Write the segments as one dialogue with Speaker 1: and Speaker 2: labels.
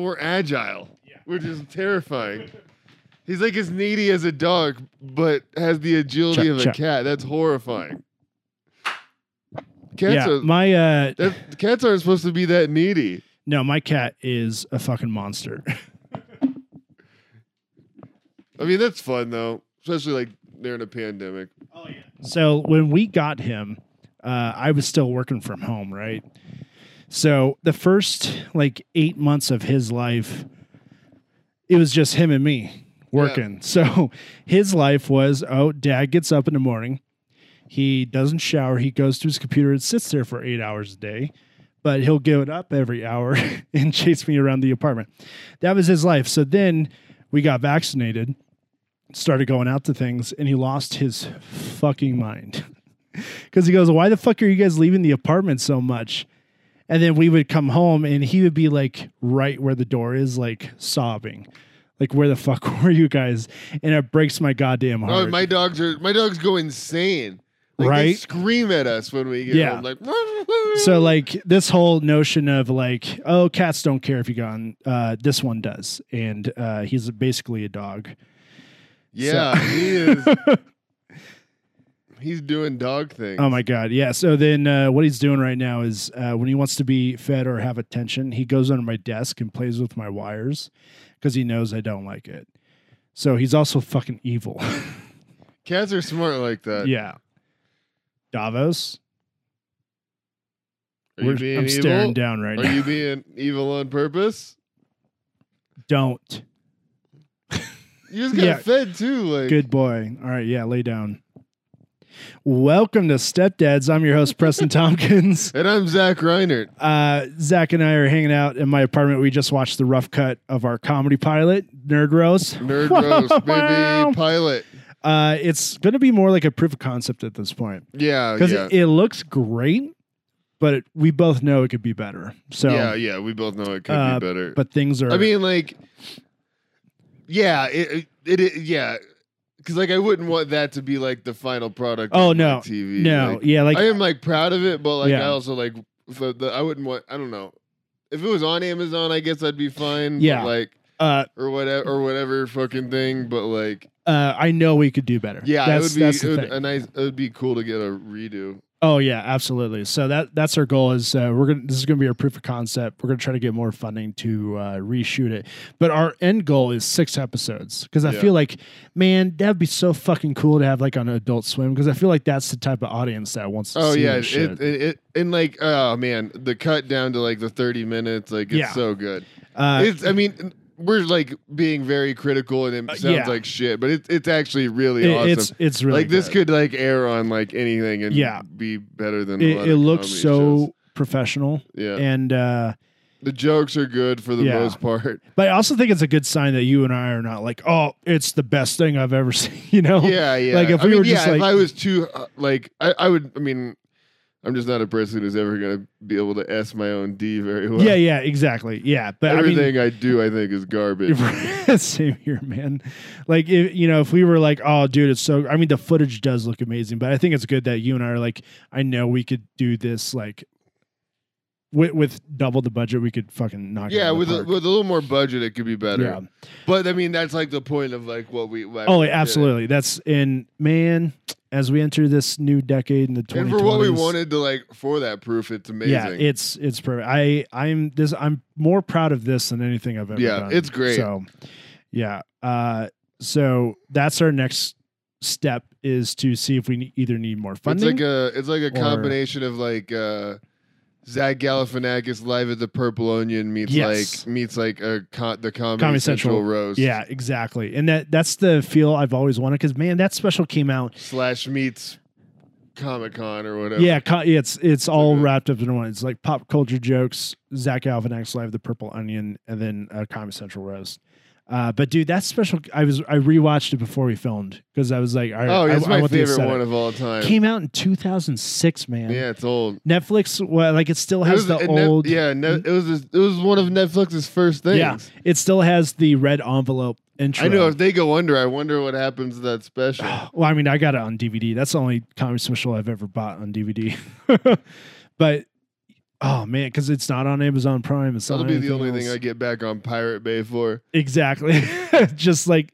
Speaker 1: fragile, which is terrifying. He's like as needy as a dog, but has the agility
Speaker 2: Check,
Speaker 1: of a
Speaker 2: check.
Speaker 1: cat. That's horrifying. Cats
Speaker 2: yeah,
Speaker 1: are
Speaker 2: my uh,
Speaker 1: that, cats aren't supposed to be that needy.
Speaker 2: no, my cat is a fucking monster.
Speaker 1: I mean, that's fun though, especially like during a pandemic.
Speaker 2: Oh, So when we got him, uh, I was still working from home, right? So the first like eight months of his life, it was just him and me working. So his life was oh, dad gets up in the morning, he doesn't shower, he goes to his computer and sits there for eight hours a day. But he'll give it up every hour and chase me around the apartment. That was his life. So then we got vaccinated started going out to things and he lost his fucking mind because he goes why the fuck are you guys leaving the apartment so much and then we would come home and he would be like right where the door is like sobbing like where the fuck were you guys and it breaks my goddamn
Speaker 1: Oh,
Speaker 2: heart
Speaker 1: and my dogs are my dogs go insane. Like, They
Speaker 2: Right?
Speaker 1: scream at us when we get
Speaker 2: Yeah.
Speaker 1: home, like
Speaker 2: so like this whole notion of like oh cats don't care if you gone uh, this one does and uh, he's basically a dog
Speaker 1: yeah, he is. He's doing dog things.
Speaker 2: Oh my god, yeah. So then, uh, what he's doing right now is uh, when he wants to be fed or have attention, he goes under my desk and plays with my wires because he knows I don't like it. So he's also fucking evil.
Speaker 1: Cats are smart like that.
Speaker 2: yeah. Davos,
Speaker 1: Are you
Speaker 2: we're-
Speaker 1: being
Speaker 2: I'm
Speaker 1: evil?
Speaker 2: staring down right
Speaker 1: Are
Speaker 2: now.
Speaker 1: you being evil on purpose?
Speaker 2: don't,
Speaker 1: You just got
Speaker 2: Yeah.
Speaker 1: fed too. Like
Speaker 2: good boy. All right, yeah, lay down. Welcome to Stepdads. I'm your host Preston Tompkins.
Speaker 1: And I'm Zach Reinert.
Speaker 2: uh, Zach and I are hanging out in my apartment. We just watched the rough cut of our comedy pilot, Nerd Roast.
Speaker 1: Nerd roast, baby pilot.
Speaker 2: Uh, it's going to be more like a proof of concept at this point
Speaker 1: Yeah,
Speaker 2: because
Speaker 1: Oh, yeah.
Speaker 2: it, it looks great, but it, we both know it could be better. So,
Speaker 1: yeah, yeah. We both know it could
Speaker 2: uh,
Speaker 1: be better.
Speaker 2: but things are.
Speaker 1: I mean, like, yeah, it, it, it yeah, because like I wouldn't want that to be like the final product.
Speaker 2: Oh,
Speaker 1: on, like,
Speaker 2: no.
Speaker 1: TV.
Speaker 2: no,
Speaker 1: Like,
Speaker 2: yeah, like
Speaker 1: I am like proud of it, but like I
Speaker 2: Yeah.
Speaker 1: also like if I, the, I wouldn't want. I don't know if it was on Amazon. I guess I'd be fine. but,
Speaker 2: Yeah.
Speaker 1: like
Speaker 2: uh,
Speaker 1: or whatever or whatever fucking thing. But like,
Speaker 2: uh, I know we could do better.
Speaker 1: yeah,
Speaker 2: that's,
Speaker 1: it would be
Speaker 2: that's the
Speaker 1: it would,
Speaker 2: thing.
Speaker 1: a nice. It would be cool to get a redo.
Speaker 2: Oh yeah, absolutely. So that that's our goal is uh, we're gonna this is gonna be our proof of concept. We're gonna try to get more funding to uh, reshoot it, but our end goal is six episodes because I
Speaker 1: Yeah.
Speaker 2: feel like man that'd be so fucking cool to have like on Adult Swim because I feel like that's the type of audience that wants to
Speaker 1: Oh
Speaker 2: see
Speaker 1: yeah,
Speaker 2: this
Speaker 1: it,
Speaker 2: shit.
Speaker 1: it, it and like oh man, the cut down to like the thirty minutes, like it's
Speaker 2: Yeah.
Speaker 1: so good.
Speaker 2: uh,
Speaker 1: it's i mean we're like being very critical and it sounds
Speaker 2: Uh, yeah.
Speaker 1: like shit but it's it's actually really
Speaker 2: it-
Speaker 1: awesome
Speaker 2: It's it's really
Speaker 1: like this
Speaker 2: good.
Speaker 1: could like air on like anything and
Speaker 2: Yeah.
Speaker 1: be better than a lot
Speaker 2: it, it
Speaker 1: of
Speaker 2: looks
Speaker 1: comedy
Speaker 2: so
Speaker 1: shows.
Speaker 2: professional
Speaker 1: yeah
Speaker 2: and uh,
Speaker 1: the jokes are good for the
Speaker 2: Yeah.
Speaker 1: most part
Speaker 2: but I also think it's a good sign that you and I are not like oh it's the best thing I've ever seen you know
Speaker 1: yeah yeah
Speaker 2: Like, if
Speaker 1: I
Speaker 2: we
Speaker 1: mean,
Speaker 2: were
Speaker 1: yeah,
Speaker 2: just,
Speaker 1: if
Speaker 2: like-
Speaker 1: i was too uh, like I, I would i mean i'm just not a person who's ever gonna be able to s my own d very well
Speaker 2: yeah yeah exactly yeah but I mean,
Speaker 1: everything I, do i think is garbage
Speaker 2: Same here, man. Like, if, you know, if we were like, oh, dude, it's so, I mean, the footage does look amazing, but I think it's good that you and I are like, I know we could do this, like, with, with double the budget, we could fucking knock it out
Speaker 1: yeah
Speaker 2: of
Speaker 1: with
Speaker 2: the
Speaker 1: a,
Speaker 2: park.
Speaker 1: with a little more budget it could be better
Speaker 2: Yeah.
Speaker 1: but i mean that's like the point of like what we what
Speaker 2: Oh,
Speaker 1: we
Speaker 2: yeah,
Speaker 1: did.
Speaker 2: absolutely. That's in, man, as we enter this new decade in the 2020s.
Speaker 1: And for what we wanted to like for that proof, it's amazing.
Speaker 2: Yeah, it's it's perfect. I I'm this I'm more proud of this than anything I've ever
Speaker 1: Yeah,
Speaker 2: done.
Speaker 1: it's great.
Speaker 2: So yeah. Uh so that's our next step is to see if we ne- either need more
Speaker 1: It's
Speaker 2: funding.
Speaker 1: like a it's like a
Speaker 2: or-
Speaker 1: combination of like uh Zach Galifianakis live at the Purple Onion meets like
Speaker 2: Yes.
Speaker 1: meets like a con- the Comedy,
Speaker 2: Comedy
Speaker 1: Central,
Speaker 2: Central.
Speaker 1: roast.
Speaker 2: yeah, exactly. And that that's the feel I've always wanted cuz man, that special came out.
Speaker 1: slash meets Comic Con or whatever.
Speaker 2: Yeah, co- yeah, it's it's all
Speaker 1: like a-
Speaker 2: wrapped up in one. It's like pop culture jokes, Zach Galifianakis live, The Purple Onion, and then uh, Comedy Central roast. Uh, but dude, that special I was I rewatched it before we filmed because I was like, all right,
Speaker 1: Oh,
Speaker 2: I,
Speaker 1: it's
Speaker 2: I
Speaker 1: my
Speaker 2: want the
Speaker 1: favorite
Speaker 2: aesthetic.
Speaker 1: one of all time.
Speaker 2: came out in 2006 man
Speaker 1: yeah, it's old.
Speaker 2: netflix well, like it still
Speaker 1: It
Speaker 2: has the
Speaker 1: it ne-
Speaker 2: old
Speaker 1: yeah, ne- it was it was one of Netflix's first things.
Speaker 2: Yeah, it still has the red envelope intro
Speaker 1: I know if they go under, I wonder what happens to that special.
Speaker 2: well i mean i got it on dvd that's the only comedy special i've ever bought on dvd but Oh man, because it's not on Amazon Prime. It's
Speaker 1: That'll
Speaker 2: not
Speaker 1: be the
Speaker 2: anything
Speaker 1: only thing
Speaker 2: else.
Speaker 1: I get back on Pirate Bay for.
Speaker 2: Exactly. Just like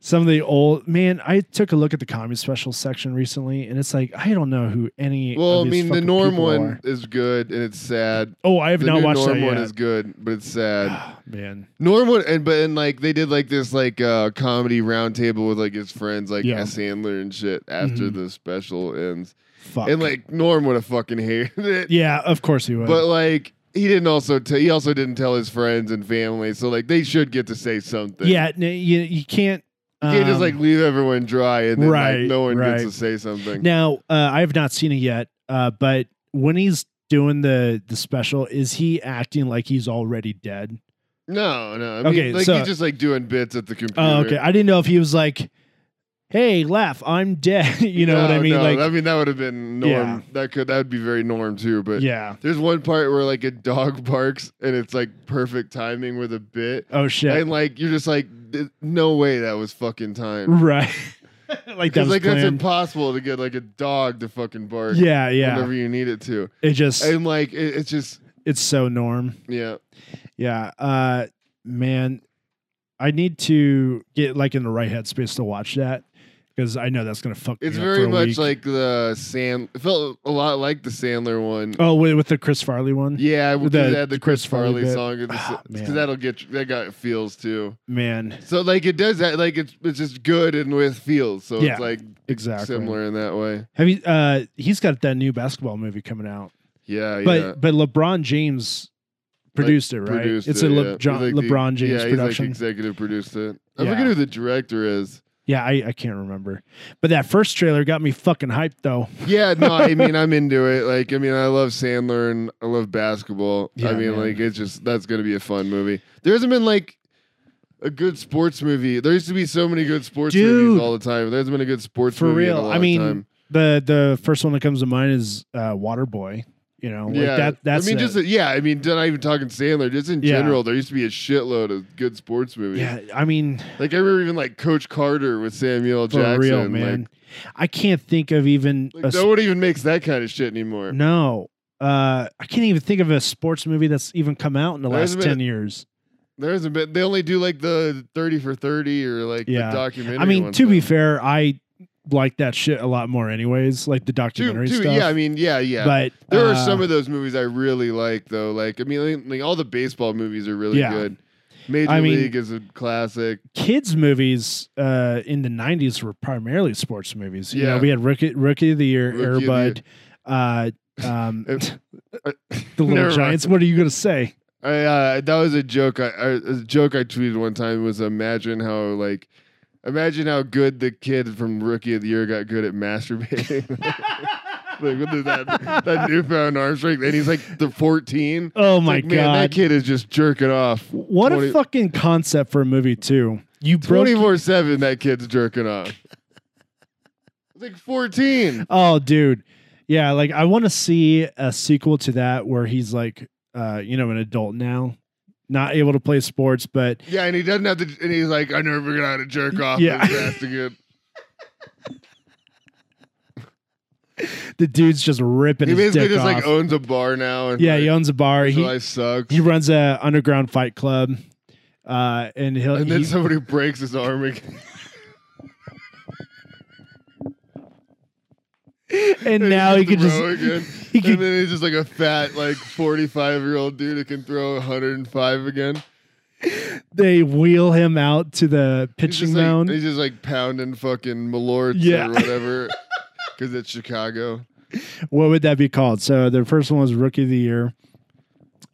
Speaker 2: some of the old man. I took a look at the comedy special section recently, and it's like I don't know who any.
Speaker 1: well,
Speaker 2: of
Speaker 1: I
Speaker 2: these
Speaker 1: mean, the
Speaker 2: fucking
Speaker 1: norm
Speaker 2: people
Speaker 1: one
Speaker 2: are.
Speaker 1: is good and it's sad.
Speaker 2: Oh, I have
Speaker 1: the
Speaker 2: not
Speaker 1: new
Speaker 2: watched
Speaker 1: norm
Speaker 2: that Ah. yet.
Speaker 1: one is good, but it's sad.
Speaker 2: man,
Speaker 1: norm one and but and like they did like this like uh comedy roundtable with like his friends like
Speaker 2: Yeah.
Speaker 1: S. Sandler and shit after
Speaker 2: Mhm.
Speaker 1: the special ends.
Speaker 2: fuck.
Speaker 1: And like Norm would have fucking hated it.
Speaker 2: yeah, of course he would.
Speaker 1: But like he didn't also tell he also didn't tell his friends and family, so like they should get to say something.
Speaker 2: yeah, n- you you can't.
Speaker 1: You can't just
Speaker 2: um,
Speaker 1: like leave everyone dry and then
Speaker 2: right,
Speaker 1: like no one
Speaker 2: right.
Speaker 1: gets to say something.
Speaker 2: Now, uh, I have not seen it yet, uh, but when he's doing the the special, is he acting like he's already dead?
Speaker 1: No, no. I mean,
Speaker 2: Okay,
Speaker 1: like
Speaker 2: so-
Speaker 1: he's just like doing bits at the computer.
Speaker 2: Oh, okay. I didn't know if he was like, "Hey, laugh, I'm dead." you know what I
Speaker 1: No,
Speaker 2: mean?
Speaker 1: no,
Speaker 2: like,
Speaker 1: I mean that would have been norm.
Speaker 2: Yeah.
Speaker 1: That could that would be very norm too. But
Speaker 2: yeah.
Speaker 1: there's one part where like a dog barks and it's like perfect timing with a bit,
Speaker 2: Oh shit.
Speaker 1: and like you're just like, "Th- no way that was fucking time.
Speaker 2: right. like that
Speaker 1: Because
Speaker 2: was
Speaker 1: like that's
Speaker 2: planned.
Speaker 1: impossible to get like a dog to fucking bark.
Speaker 2: yeah, yeah.
Speaker 1: Whenever you need it to,
Speaker 2: It just
Speaker 1: and like it, it's just
Speaker 2: it's so norm.
Speaker 1: yeah.
Speaker 2: Yeah. Uh man, I need to get like in the right headspace to watch that because I know that's gonna fuck. me
Speaker 1: It's
Speaker 2: up for
Speaker 1: very
Speaker 2: a
Speaker 1: much
Speaker 2: week.
Speaker 1: like the Sand. It felt a lot like the Sandler one.
Speaker 2: oh wait, with the Chris Farley one.
Speaker 1: Yeah, we
Speaker 2: The-
Speaker 1: did add the Chris Farley
Speaker 2: bit.
Speaker 1: song
Speaker 2: Ah,
Speaker 1: because
Speaker 2: man.
Speaker 1: that'll get you- that got feels too.
Speaker 2: Man,
Speaker 1: So like it does that like it's it's just good and with feels. So
Speaker 2: Yeah,
Speaker 1: it's like
Speaker 2: exactly.
Speaker 1: similar in that way.
Speaker 2: Have you? Uh, he's got that new basketball movie coming out.
Speaker 1: Yeah,
Speaker 2: but
Speaker 1: yeah.
Speaker 2: but LeBron James produced it, right?
Speaker 1: Produced
Speaker 2: it's
Speaker 1: it,
Speaker 2: a
Speaker 1: yeah.
Speaker 2: Le-
Speaker 1: He's
Speaker 2: John-
Speaker 1: like the-
Speaker 2: LeBron James
Speaker 1: yeah, he's, like,
Speaker 2: production.
Speaker 1: executive produced it. I
Speaker 2: Yeah.
Speaker 1: forget who the director is.
Speaker 2: yeah, I, I can't remember. But that first trailer got me fucking hyped though.
Speaker 1: Yeah, no, I mean I'm into it. Like I mean I love Sandler and I love basketball.
Speaker 2: Yeah,
Speaker 1: I mean
Speaker 2: man.
Speaker 1: like it's just that's gonna be a fun movie. There hasn't been like a good sports movie. There used to be so many good sports
Speaker 2: Dude.
Speaker 1: movies all the time. There hasn't been a good sports
Speaker 2: For
Speaker 1: movie in a
Speaker 2: real. I
Speaker 1: long
Speaker 2: mean,
Speaker 1: time.
Speaker 2: The the first one that comes to mind is uh, Waterboy. You know, like that.
Speaker 1: I
Speaker 2: That's
Speaker 1: mean,
Speaker 2: a-
Speaker 1: just yeah. I mean, not even talking Sandler. Just in
Speaker 2: Yeah.
Speaker 1: general, there used to be a shitload of good sports movies.
Speaker 2: yeah. I mean,
Speaker 1: Like I remember even like Coach Carter with Samuel
Speaker 2: for
Speaker 1: Jackson.
Speaker 2: real,
Speaker 1: like-
Speaker 2: man. I can't think of even
Speaker 1: Like,
Speaker 2: a s-
Speaker 1: no one even makes that kind of shit anymore.
Speaker 2: no. Uh, I can't even think of a sports movie that's even come out in the
Speaker 1: There
Speaker 2: last
Speaker 1: hasn't been
Speaker 2: ten years.
Speaker 1: There hasn't been. They only do like the thirty for thirty or like
Speaker 2: Yeah.
Speaker 1: the documentary.
Speaker 2: I mean,
Speaker 1: ones
Speaker 2: to be
Speaker 1: now.
Speaker 2: fair, I like that shit a lot more, anyways. Like the
Speaker 1: To-
Speaker 2: documentary
Speaker 1: to-
Speaker 2: stuff.
Speaker 1: yeah. I mean, yeah, yeah.
Speaker 2: But
Speaker 1: there are
Speaker 2: uh,
Speaker 1: some of those movies I really like though. Like I mean, like all the baseball movies are really
Speaker 2: Yeah.
Speaker 1: good. Major
Speaker 2: I mean-
Speaker 1: League is a classic.
Speaker 2: kids' movies uh, in the '90s were primarily sports movies. You know,
Speaker 1: Yeah.
Speaker 2: we had Rookie, Rookie of the Year,
Speaker 1: Rookie of the
Speaker 2: Airbud, uh, um,
Speaker 1: It-
Speaker 2: the Little
Speaker 1: Never mind.
Speaker 2: Giants. What are you gonna say?
Speaker 1: I uh, that was a joke. I, I a joke I tweeted one time was imagine how like imagine how good the kid from Rookie of the Year got good at masturbating. like what is that that newfound arm strength, and he's like the fourteen.
Speaker 2: Oh
Speaker 1: It's
Speaker 2: my
Speaker 1: like, man, that
Speaker 2: god!
Speaker 1: kid is just jerking off
Speaker 2: what
Speaker 1: 20
Speaker 2: a fucking concept for a movie too. You broke.
Speaker 1: twenty four seven. That kid's jerking off. It's like fourteen.
Speaker 2: Oh, dude. Yeah, like I want to see a sequel to that where he's like, uh, you know, an adult now, not able to play sports, but
Speaker 1: Yeah, and he doesn't have to. And he's like, I never figured out how to jerk off.
Speaker 2: Yeah.
Speaker 1: Yeah, fast again.
Speaker 2: the dude's just ripping
Speaker 1: He
Speaker 2: his
Speaker 1: basically
Speaker 2: dick
Speaker 1: just
Speaker 2: off.
Speaker 1: like owns a bar now. And
Speaker 2: yeah,
Speaker 1: like,
Speaker 2: he owns a bar.
Speaker 1: his
Speaker 2: He
Speaker 1: life sucks.
Speaker 2: he runs a underground fight club, uh, and he'll
Speaker 1: And then
Speaker 2: he-
Speaker 1: somebody breaks his arm again.
Speaker 2: and now he
Speaker 1: can
Speaker 2: could just
Speaker 1: throw again.
Speaker 2: he
Speaker 1: and
Speaker 2: could
Speaker 1: then he's just like a fat, like forty-five-year-old dude who can throw 105 again.
Speaker 2: they wheel him out to the
Speaker 1: He's
Speaker 2: pitching
Speaker 1: just, like,
Speaker 2: mound.
Speaker 1: he's just like pounding fucking Malorts
Speaker 2: Yeah.
Speaker 1: or whatever, because it's Chicago.
Speaker 2: what would that be called? So the first one was rookie of the year,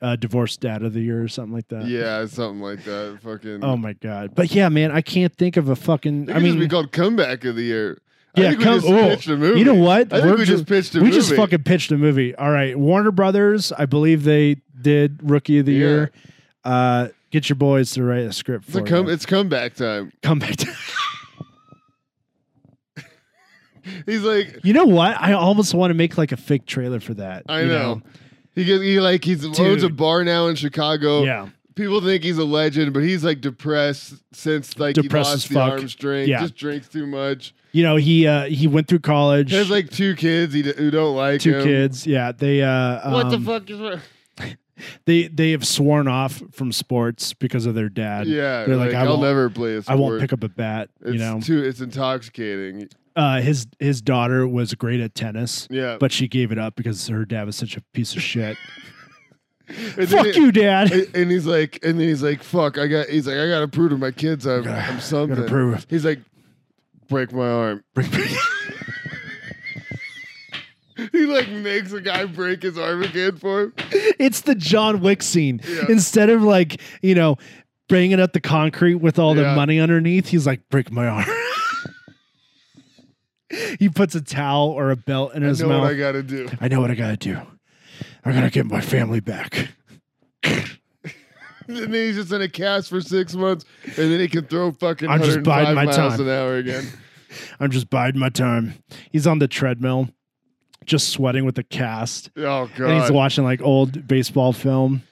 Speaker 2: uh, divorced dad of the year, or something like that.
Speaker 1: Yeah, something like that. Fucking.
Speaker 2: Oh my god! But yeah, man, I can't think of a
Speaker 1: It
Speaker 2: fucking. I
Speaker 1: could just be
Speaker 2: mean,
Speaker 1: called comeback of the year.
Speaker 2: Yeah,
Speaker 1: I think we
Speaker 2: come-
Speaker 1: just
Speaker 2: oh,
Speaker 1: pitched a movie.
Speaker 2: you know what?
Speaker 1: I
Speaker 2: We're
Speaker 1: think we
Speaker 2: ju-
Speaker 1: just pitched a
Speaker 2: we
Speaker 1: movie.
Speaker 2: just fucking pitched a movie. All right, Warner Brothers. I believe they did rookie of the
Speaker 1: Yeah.
Speaker 2: year. Uh, get your boys to write a script
Speaker 1: It's, a
Speaker 2: for
Speaker 1: come,
Speaker 2: you.
Speaker 1: it's comeback time.
Speaker 2: Come back. To-
Speaker 1: He's like,
Speaker 2: you know what? I almost want to make like a fake trailer for that.
Speaker 1: I
Speaker 2: you
Speaker 1: know. He gets, he like he's owns a
Speaker 2: Dude.
Speaker 1: bar now in Chicago.
Speaker 2: Yeah.
Speaker 1: people think he's a legend, but he's like depressed since like
Speaker 2: Depressed
Speaker 1: he
Speaker 2: as
Speaker 1: lost the
Speaker 2: fuck.
Speaker 1: arm strength.
Speaker 2: Yeah.
Speaker 1: Just drinks too much.
Speaker 2: You know, he uh, he went through college.
Speaker 1: Has like two kids he d- who don't like
Speaker 2: two
Speaker 1: him.
Speaker 2: kids. Yeah, they uh,
Speaker 1: What the
Speaker 2: um,
Speaker 1: fuck is wrong?
Speaker 2: They they have sworn off from sports because of their dad.
Speaker 1: Yeah,
Speaker 2: they're like,
Speaker 1: like,
Speaker 2: "I
Speaker 1: I'll
Speaker 2: won't-
Speaker 1: never play a sport.
Speaker 2: I won't pick up a bat.
Speaker 1: It's
Speaker 2: you know,
Speaker 1: too. It's intoxicating.
Speaker 2: uh, his his daughter was great at tennis,
Speaker 1: Yeah,
Speaker 2: but she gave it up because her dad was such a piece of shit.
Speaker 1: And then
Speaker 2: Fuck you, dad.
Speaker 1: and- And he's like, and then he's like, fuck. I got. He's like, I gotta prove to my kids I'm,
Speaker 2: Gotta-
Speaker 1: I'm
Speaker 2: Gotta
Speaker 1: something.
Speaker 2: prove.
Speaker 1: He's like, break my arm. He like makes a guy break his arm again for him.
Speaker 2: it's the John Wick scene.
Speaker 1: Yeah.
Speaker 2: Instead of like you know banging up the concrete with all the
Speaker 1: Yeah.
Speaker 2: money underneath, he's like, break my arm. he puts a towel or a belt in
Speaker 1: I
Speaker 2: his
Speaker 1: know
Speaker 2: mouth.
Speaker 1: what I gotta do.
Speaker 2: I know what I gotta do. I gotta get my family back.
Speaker 1: And then he's just in a cast for six months, and then he can throw fucking
Speaker 2: I'm just
Speaker 1: 105
Speaker 2: biding my
Speaker 1: miles
Speaker 2: time.
Speaker 1: an hour again.
Speaker 2: I'm just biding my time. He's on the treadmill, just sweating with a cast.
Speaker 1: Oh god.
Speaker 2: And
Speaker 1: He's,
Speaker 2: he's watching like old baseball film.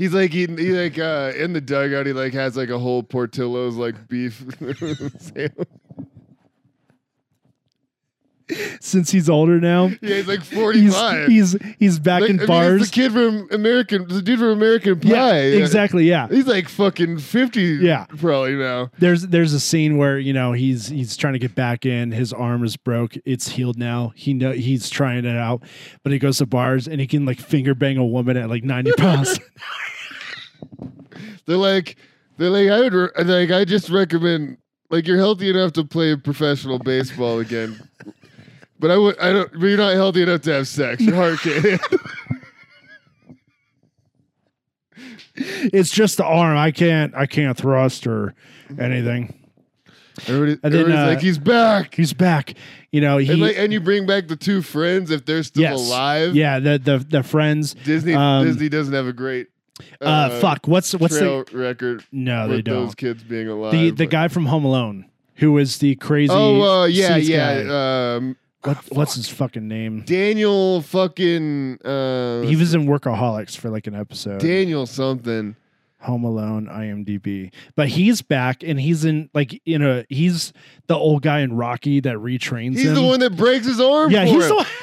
Speaker 1: like eating. He like uh, in the dugout. He like has like a whole Portillo's like beef. sandwich.
Speaker 2: Since he's older now,
Speaker 1: yeah, he's like
Speaker 2: he's
Speaker 1: 45.
Speaker 2: he's he's back
Speaker 1: Like, I mean,
Speaker 2: in
Speaker 1: it's
Speaker 2: bars.
Speaker 1: the kid from American, the dude from American Pie.
Speaker 2: yeah, exactly. Yeah,
Speaker 1: He's like fucking 50
Speaker 2: Yeah.
Speaker 1: probably now.
Speaker 2: there's there's a scene where you know he's he's trying to get back in. His arm is broke. It's healed now. He know he's trying it out, but he goes to bars and he can like finger bang a woman at like 90 pounds.
Speaker 1: They're like, they're like, I would, re- like, I just recommend, like, you're healthy enough to play professional baseball again. But I would, I don't, but you're not healthy enough to have sex. Your heart can't.
Speaker 2: it's just the arm. I can't I can't thrust or anything.
Speaker 1: Everybody,
Speaker 2: And then,
Speaker 1: everybody's
Speaker 2: uh,
Speaker 1: like, he's back.
Speaker 2: He's back. You know he
Speaker 1: and, like, and you bring back the two friends if they're still
Speaker 2: yes.
Speaker 1: alive.
Speaker 2: Yeah, the the the friends.
Speaker 1: Disney,
Speaker 2: Um,
Speaker 1: Disney doesn't have a great,
Speaker 2: Uh, fuck. What's what's the
Speaker 1: trail record
Speaker 2: no? They
Speaker 1: with
Speaker 2: don't.
Speaker 1: those kids being alive.
Speaker 2: The the
Speaker 1: but-
Speaker 2: guy from Home Alone who is the crazy.
Speaker 1: Oh uh, yeah,
Speaker 2: seeds guy.
Speaker 1: yeah. Um,
Speaker 2: What, what's his fucking name?
Speaker 1: Daniel fucking uh,
Speaker 2: He was in Workaholics for like an episode.
Speaker 1: Daniel something.
Speaker 2: Home Alone, IMDb. But he's back and he's in like in a he's the old guy in Rocky that retrains
Speaker 1: He's
Speaker 2: him.
Speaker 1: the one that breaks his arm.
Speaker 2: um, yeah,
Speaker 1: for
Speaker 2: he's
Speaker 1: him.
Speaker 2: the one.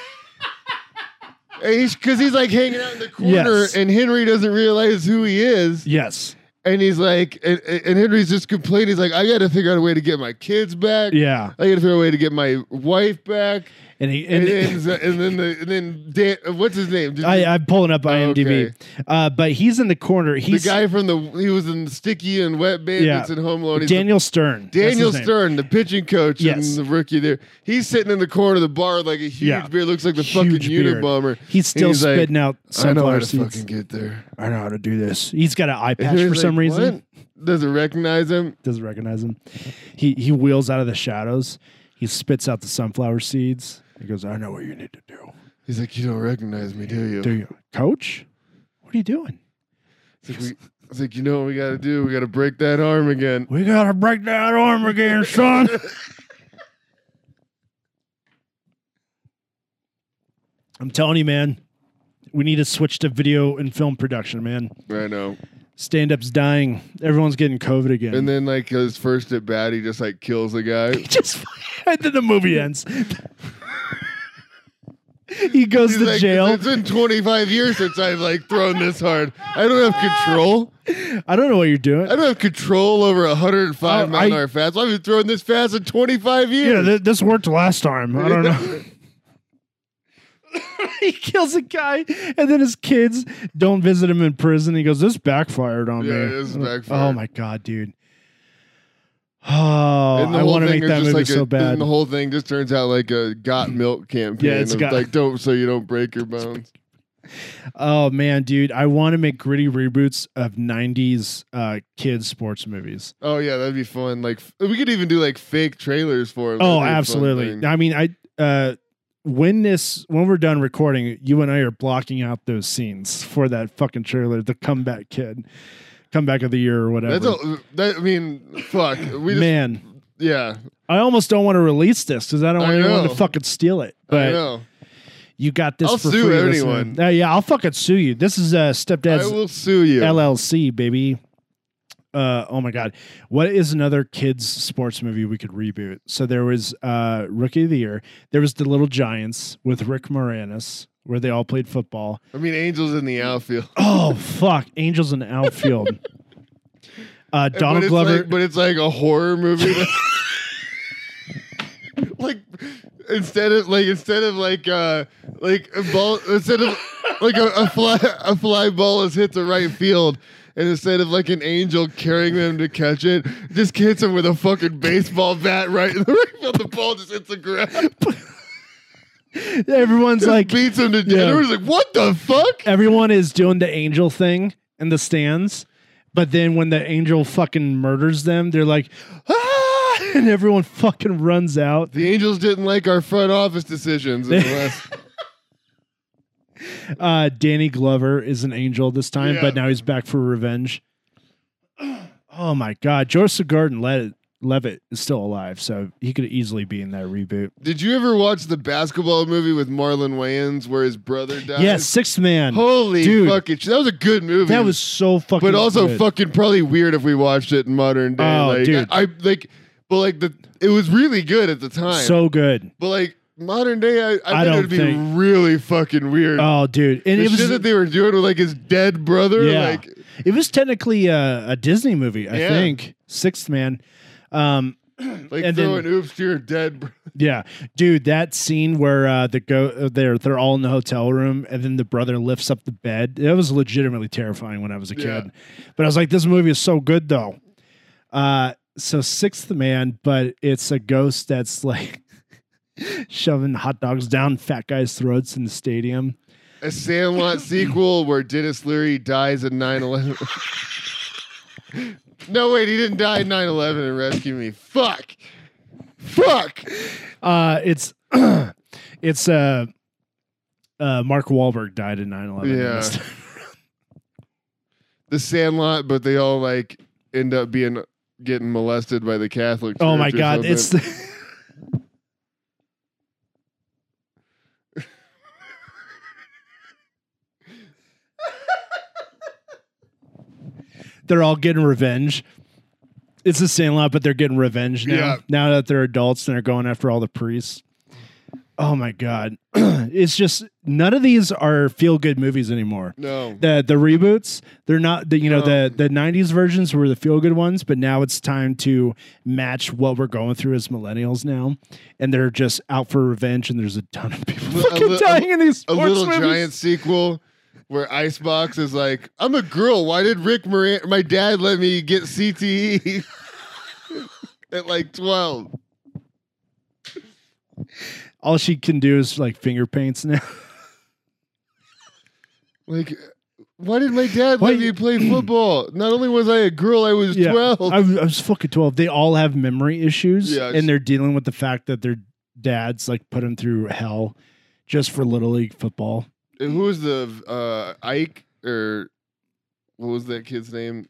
Speaker 1: And he's because he's like hanging out in the corner,
Speaker 2: Yes.
Speaker 1: and Henry doesn't realize who he is,
Speaker 2: Yes.
Speaker 1: and he's like, and, and Henry's just complaining. He's like, I got to figure out a way to get my kids back.
Speaker 2: Yeah.
Speaker 1: I got to figure out a way to get my wife back.
Speaker 2: And he
Speaker 1: And,
Speaker 2: and,
Speaker 1: then, uh, and then, the, and then Dan, uh, what's his name? Did
Speaker 2: I,
Speaker 1: you-
Speaker 2: I'm pulling up IMDb.
Speaker 1: okay.
Speaker 2: Uh but he's in the corner.
Speaker 1: the
Speaker 2: He's
Speaker 1: guy from the he was in Sticky and Wet Bandits
Speaker 2: Yeah.
Speaker 1: and Home Alone. He's the
Speaker 2: Daniel Stern. That's his
Speaker 1: Daniel
Speaker 2: name.
Speaker 1: Stern, the pitching coach
Speaker 2: Yes.
Speaker 1: and the rookie there, he's sitting in the corner of the bar with like a huge
Speaker 2: Yeah.
Speaker 1: beard, looks like the
Speaker 2: Huge
Speaker 1: fucking
Speaker 2: beard.
Speaker 1: Unabomber.
Speaker 2: He's still
Speaker 1: he's like,
Speaker 2: spitting out
Speaker 1: I know how
Speaker 2: sunflower
Speaker 1: to
Speaker 2: seeds.
Speaker 1: fucking get there.
Speaker 2: I know how to do this. He's got an eye
Speaker 1: And
Speaker 2: patch for
Speaker 1: he's
Speaker 2: some
Speaker 1: like,
Speaker 2: reason.
Speaker 1: "What?" Doesn't recognize him.
Speaker 2: Doesn't recognize him. He he wheels out of the shadows. He spits out the sunflower seeds. He goes, I know what you need to do.
Speaker 1: He's like, You don't recognize me, do you?
Speaker 2: Do you coach? What are you doing?
Speaker 1: It's like, we, it's like, You know what we got to do? We got to break that arm again.
Speaker 2: We gotta break that arm again, son. I'm telling you, man, we need to switch to video and film production, man.
Speaker 1: I know.
Speaker 2: Stand up's dying. Everyone's getting COVID again.
Speaker 1: And then, like, his first at bat, he just like kills the guy.
Speaker 2: just and then the movie ends. he goes
Speaker 1: He's
Speaker 2: to
Speaker 1: like,
Speaker 2: jail.
Speaker 1: It's been 25 years since I've like thrown this hard. I don't have control.
Speaker 2: I don't know what you're doing.
Speaker 1: I don't have control over a 105
Speaker 2: Oh,
Speaker 1: mile an
Speaker 2: I-
Speaker 1: hour fast. I've been throwing this fast in 25 years.
Speaker 2: Yeah, th- this worked last time. I don't know. he kills a guy, and then his kids don't visit him in prison. He goes, "This backfired on
Speaker 1: Yeah,
Speaker 2: me."
Speaker 1: this backfired.
Speaker 2: Oh my god, dude. Oh, I want to make
Speaker 1: is
Speaker 2: that
Speaker 1: just
Speaker 2: movie
Speaker 1: like
Speaker 2: so
Speaker 1: a,
Speaker 2: bad.
Speaker 1: And the whole thing just turns out like a got milk campaign.
Speaker 2: Yeah, it's
Speaker 1: of,
Speaker 2: got-
Speaker 1: like don't so you don't break your bones.
Speaker 2: oh man, dude, I want to make gritty reboots of '90s uh, kids sports movies.
Speaker 1: Oh yeah, that'd be fun. Like f- we could even do like fake trailers for. Them. That'd
Speaker 2: Oh,
Speaker 1: be a fun
Speaker 2: absolutely.
Speaker 1: thing.
Speaker 2: I mean, I uh, when this when we're done recording, you and I are blocking out those scenes for that fucking trailer, the comeback kid, comeback of the year or whatever.
Speaker 1: That's a, that. I mean, fuck. We just
Speaker 2: Man,
Speaker 1: yeah.
Speaker 2: I almost don't want to release this because I don't
Speaker 1: I
Speaker 2: want anyone to
Speaker 1: know.
Speaker 2: fucking steal it.
Speaker 1: I
Speaker 2: But
Speaker 1: know.
Speaker 2: You got this
Speaker 1: I'll
Speaker 2: for
Speaker 1: sue
Speaker 2: free.
Speaker 1: anyone.
Speaker 2: listener." Uh, yeah, I'll fucking sue you. This is uh,
Speaker 1: I
Speaker 2: stepdad's
Speaker 1: will sue you.
Speaker 2: LLC, baby. Uh, oh my God. What is another kids sports movie we could reboot? So there was uh, Rookie of the Year. There was The Little Giants with Rick Moranis, where they all played football.
Speaker 1: I mean, Angels in the outfield.
Speaker 2: Oh fuck, Angels in the Outfield. Uh,
Speaker 1: but
Speaker 2: Donald
Speaker 1: it's
Speaker 2: Glover.
Speaker 1: like- but it's like a horror movie. like instead of like instead of like uh like a ball instead of like a, a fly a fly ball is hit to right field. And instead of like an angel carrying them to catch it, just hits him with a fucking baseball bat right in the right field. The ball just hits the ground.
Speaker 2: Everyone's
Speaker 1: Just
Speaker 2: like,
Speaker 1: beats him to death.
Speaker 2: yeah.
Speaker 1: Everyone's like, what the fuck?
Speaker 2: everyone is doing the angel thing in the stands, but then when the angel fucking murders them, they're like, ah, and everyone fucking runs out.
Speaker 1: The Angels didn't like our front office decisions. in the last-
Speaker 2: uh, Danny Glover is an angel this time,
Speaker 1: Yeah.
Speaker 2: but now he's back for revenge. Oh my God, Joseph Gordon Levitt, Levitt is still alive, so he could easily be in that reboot.
Speaker 1: Did you ever watch the basketball movie with Marlon Wayans where his brother dies?
Speaker 2: Yes, Sixth Man.
Speaker 1: Holy
Speaker 2: Dude.
Speaker 1: fucking shit. That was a good movie.
Speaker 2: that was so fucking.
Speaker 1: but also
Speaker 2: good.
Speaker 1: fucking probably weird if we watched it in modern day.
Speaker 2: Oh,
Speaker 1: like
Speaker 2: dude.
Speaker 1: I, I like but like the it was really good at the time.
Speaker 2: so good.
Speaker 1: but like modern day I, I,
Speaker 2: I
Speaker 1: think
Speaker 2: don't
Speaker 1: it'd be
Speaker 2: think-
Speaker 1: really fucking weird.
Speaker 2: Oh, dude, and
Speaker 1: the
Speaker 2: it
Speaker 1: shit
Speaker 2: was
Speaker 1: that they were doing with like his dead brother,
Speaker 2: Yeah.
Speaker 1: like
Speaker 2: it was technically uh, a, a Disney movie, I
Speaker 1: Yeah.
Speaker 2: think. Sixth Man. Um,
Speaker 1: like
Speaker 2: And then-
Speaker 1: throwing oops to your dead brother.
Speaker 2: Yeah, dude, that scene where uh, the go they're they're all in the hotel room, and then the brother lifts up the bed. That was legitimately terrifying when I was a kid,
Speaker 1: Yeah.
Speaker 2: but I was like, this movie is so good though. Uh, so Sixth Man, but it's a ghost that's like shoving hot dogs down fat guys' throats in the stadium.
Speaker 1: A Sandlot sequel where Dennis Leary dies in 9 11. no, wait, he didn't die in 9 11 and rescue me. Fuck. Fuck.
Speaker 2: Uh, it's it's uh, uh, Mark Wahlberg died in 9-11.
Speaker 1: Yeah. The Sandlot, but they all like end up being getting molested by the Catholic Church.
Speaker 2: Oh my
Speaker 1: or
Speaker 2: god,
Speaker 1: something.
Speaker 2: it's the They're all getting revenge. It's the same lot, but they're getting revenge now.
Speaker 1: Yeah.
Speaker 2: Now that they're adults and they're going after all the priests. Oh my god. it's just none of these are feel good movies anymore
Speaker 1: no.
Speaker 2: the the reboots they're not the, you know
Speaker 1: No.
Speaker 2: the the 90s versions were the feel good ones but now it's time to match what we're going through as millennials now and they're just out for revenge and there's a ton of people
Speaker 1: Li- a
Speaker 2: fucking
Speaker 1: li-
Speaker 2: dying in these
Speaker 1: A
Speaker 2: sports
Speaker 1: little
Speaker 2: movies.
Speaker 1: giant sequel where Icebox is like, I'm a girl. Why did Rick Moran, my dad, let me get CTE at like 12?
Speaker 2: all she can do is like finger paints now
Speaker 1: Like, why did my dad
Speaker 2: Why-
Speaker 1: let me play football? Not only was I a girl, I was
Speaker 2: Yeah.
Speaker 1: 12.
Speaker 2: I, was, I was fucking 12 they all have memory issues
Speaker 1: Yes.
Speaker 2: and they're dealing with the fact that their dads like put them through hell just for little league football
Speaker 1: Who was the uh, Ike or what was that kid's name?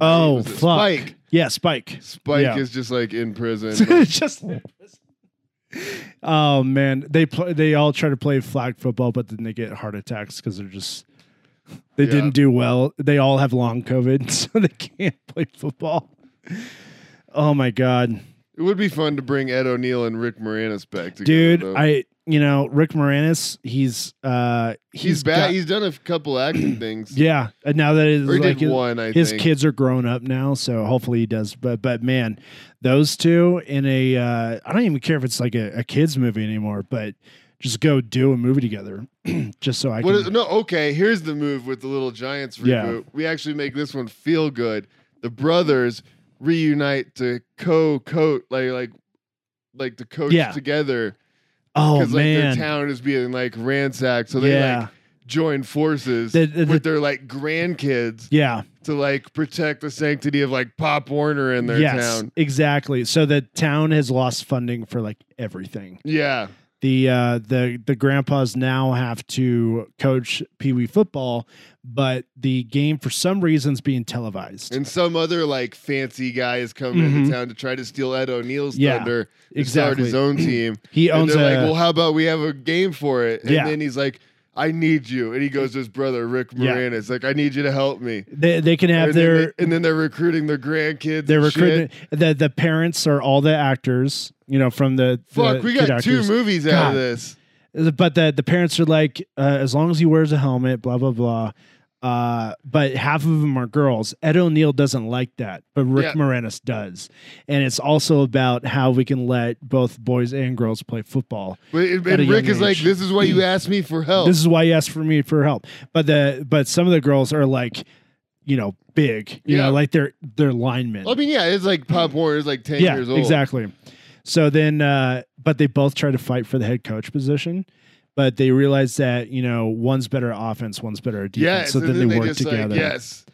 Speaker 2: oh
Speaker 1: Was it
Speaker 2: fuck
Speaker 1: Spike.
Speaker 2: yeah spike
Speaker 1: Spike
Speaker 2: Yeah.
Speaker 1: is just like in prison. Like,
Speaker 2: just oh man they play they all try to play flag football but then they get heart attacks because they're just they
Speaker 1: Yeah.
Speaker 2: didn't do well they all have long covid so they can't play football oh my god
Speaker 1: it would be fun to bring Ed O'Neill and Rick Moranis back together.
Speaker 2: dude
Speaker 1: though.
Speaker 2: i you know rick moranis he's uh
Speaker 1: he's, bad.
Speaker 2: got-
Speaker 1: he's done a couple acting things.
Speaker 2: yeah and now that it's
Speaker 1: or he
Speaker 2: like
Speaker 1: did
Speaker 2: his-
Speaker 1: one. I
Speaker 2: his
Speaker 1: think.
Speaker 2: kids are grown up now so hopefully he does but but man those two in a uh i don't even care if it's like a, a kids movie anymore but just go do a movie together just so i
Speaker 1: What
Speaker 2: can
Speaker 1: is- no, okay. Here's the move with the Little Giants reboot.
Speaker 2: Yeah.
Speaker 1: We actually make this one feel good. The brothers reunite to co-coat like like like to coach
Speaker 2: Yeah.
Speaker 1: together
Speaker 2: oh
Speaker 1: because like their
Speaker 2: man
Speaker 1: town is being like ransacked, so they
Speaker 2: yeah
Speaker 1: like join forces
Speaker 2: The- the-
Speaker 1: with their like grandkids
Speaker 2: yeah
Speaker 1: to like protect the sanctity of like Pop Warner in their
Speaker 2: yes
Speaker 1: town.
Speaker 2: exactly so the town has lost funding for like everything
Speaker 1: Yeah,
Speaker 2: the uh, the the grandpas now have to coach Pee Wee football, but the game for some reason's being televised.
Speaker 1: And some other like fancy guy is coming
Speaker 2: Mhm.
Speaker 1: into town to try to steal Ed O'Neill's
Speaker 2: Yeah,
Speaker 1: thunder to start
Speaker 2: Exactly.
Speaker 1: his own team.
Speaker 2: He
Speaker 1: and
Speaker 2: owns
Speaker 1: they're
Speaker 2: a
Speaker 1: like, well, how about we have a game for it? And
Speaker 2: Yeah.
Speaker 1: then he's like, I need you. And he goes to his brother, Rick
Speaker 2: Yeah.
Speaker 1: Moranis, like, I need you to help me.
Speaker 2: they, they can have
Speaker 1: and, then
Speaker 2: their
Speaker 1: they- and then they're recruiting their grandkids.
Speaker 2: they're
Speaker 1: and shit.
Speaker 2: recruiting the the parents are all the actors, you know, from the
Speaker 1: Fuck,
Speaker 2: the
Speaker 1: we
Speaker 2: kid
Speaker 1: got two
Speaker 2: actors.
Speaker 1: movies out
Speaker 2: God.
Speaker 1: of this.
Speaker 2: but the the parents are like, uh, as long as he wears a helmet, blah blah blah. Uh, but half of them are girls. Ed O'Neill doesn't like that, but Rick
Speaker 1: Yeah.
Speaker 2: Moranis does, and it's also about how we can let both boys and girls play football.
Speaker 1: But and
Speaker 2: At a
Speaker 1: Rick
Speaker 2: young
Speaker 1: is like,
Speaker 2: age.
Speaker 1: this is why you asked me for help.
Speaker 2: This is why he asked for me for help. But the but some of the girls are like, you know, big, you
Speaker 1: Yeah.
Speaker 2: know, like they're they're linemen.
Speaker 1: I mean, yeah, it's like Pop Warner is like 10
Speaker 2: yeah,
Speaker 1: years old.
Speaker 2: exactly. So then, uh, but they both try to fight for the head coach position, but they realize that you know one's better at offense, one's better at defense.
Speaker 1: Yes.
Speaker 2: so
Speaker 1: and
Speaker 2: then, they, work
Speaker 1: just
Speaker 2: together.
Speaker 1: Like, yes.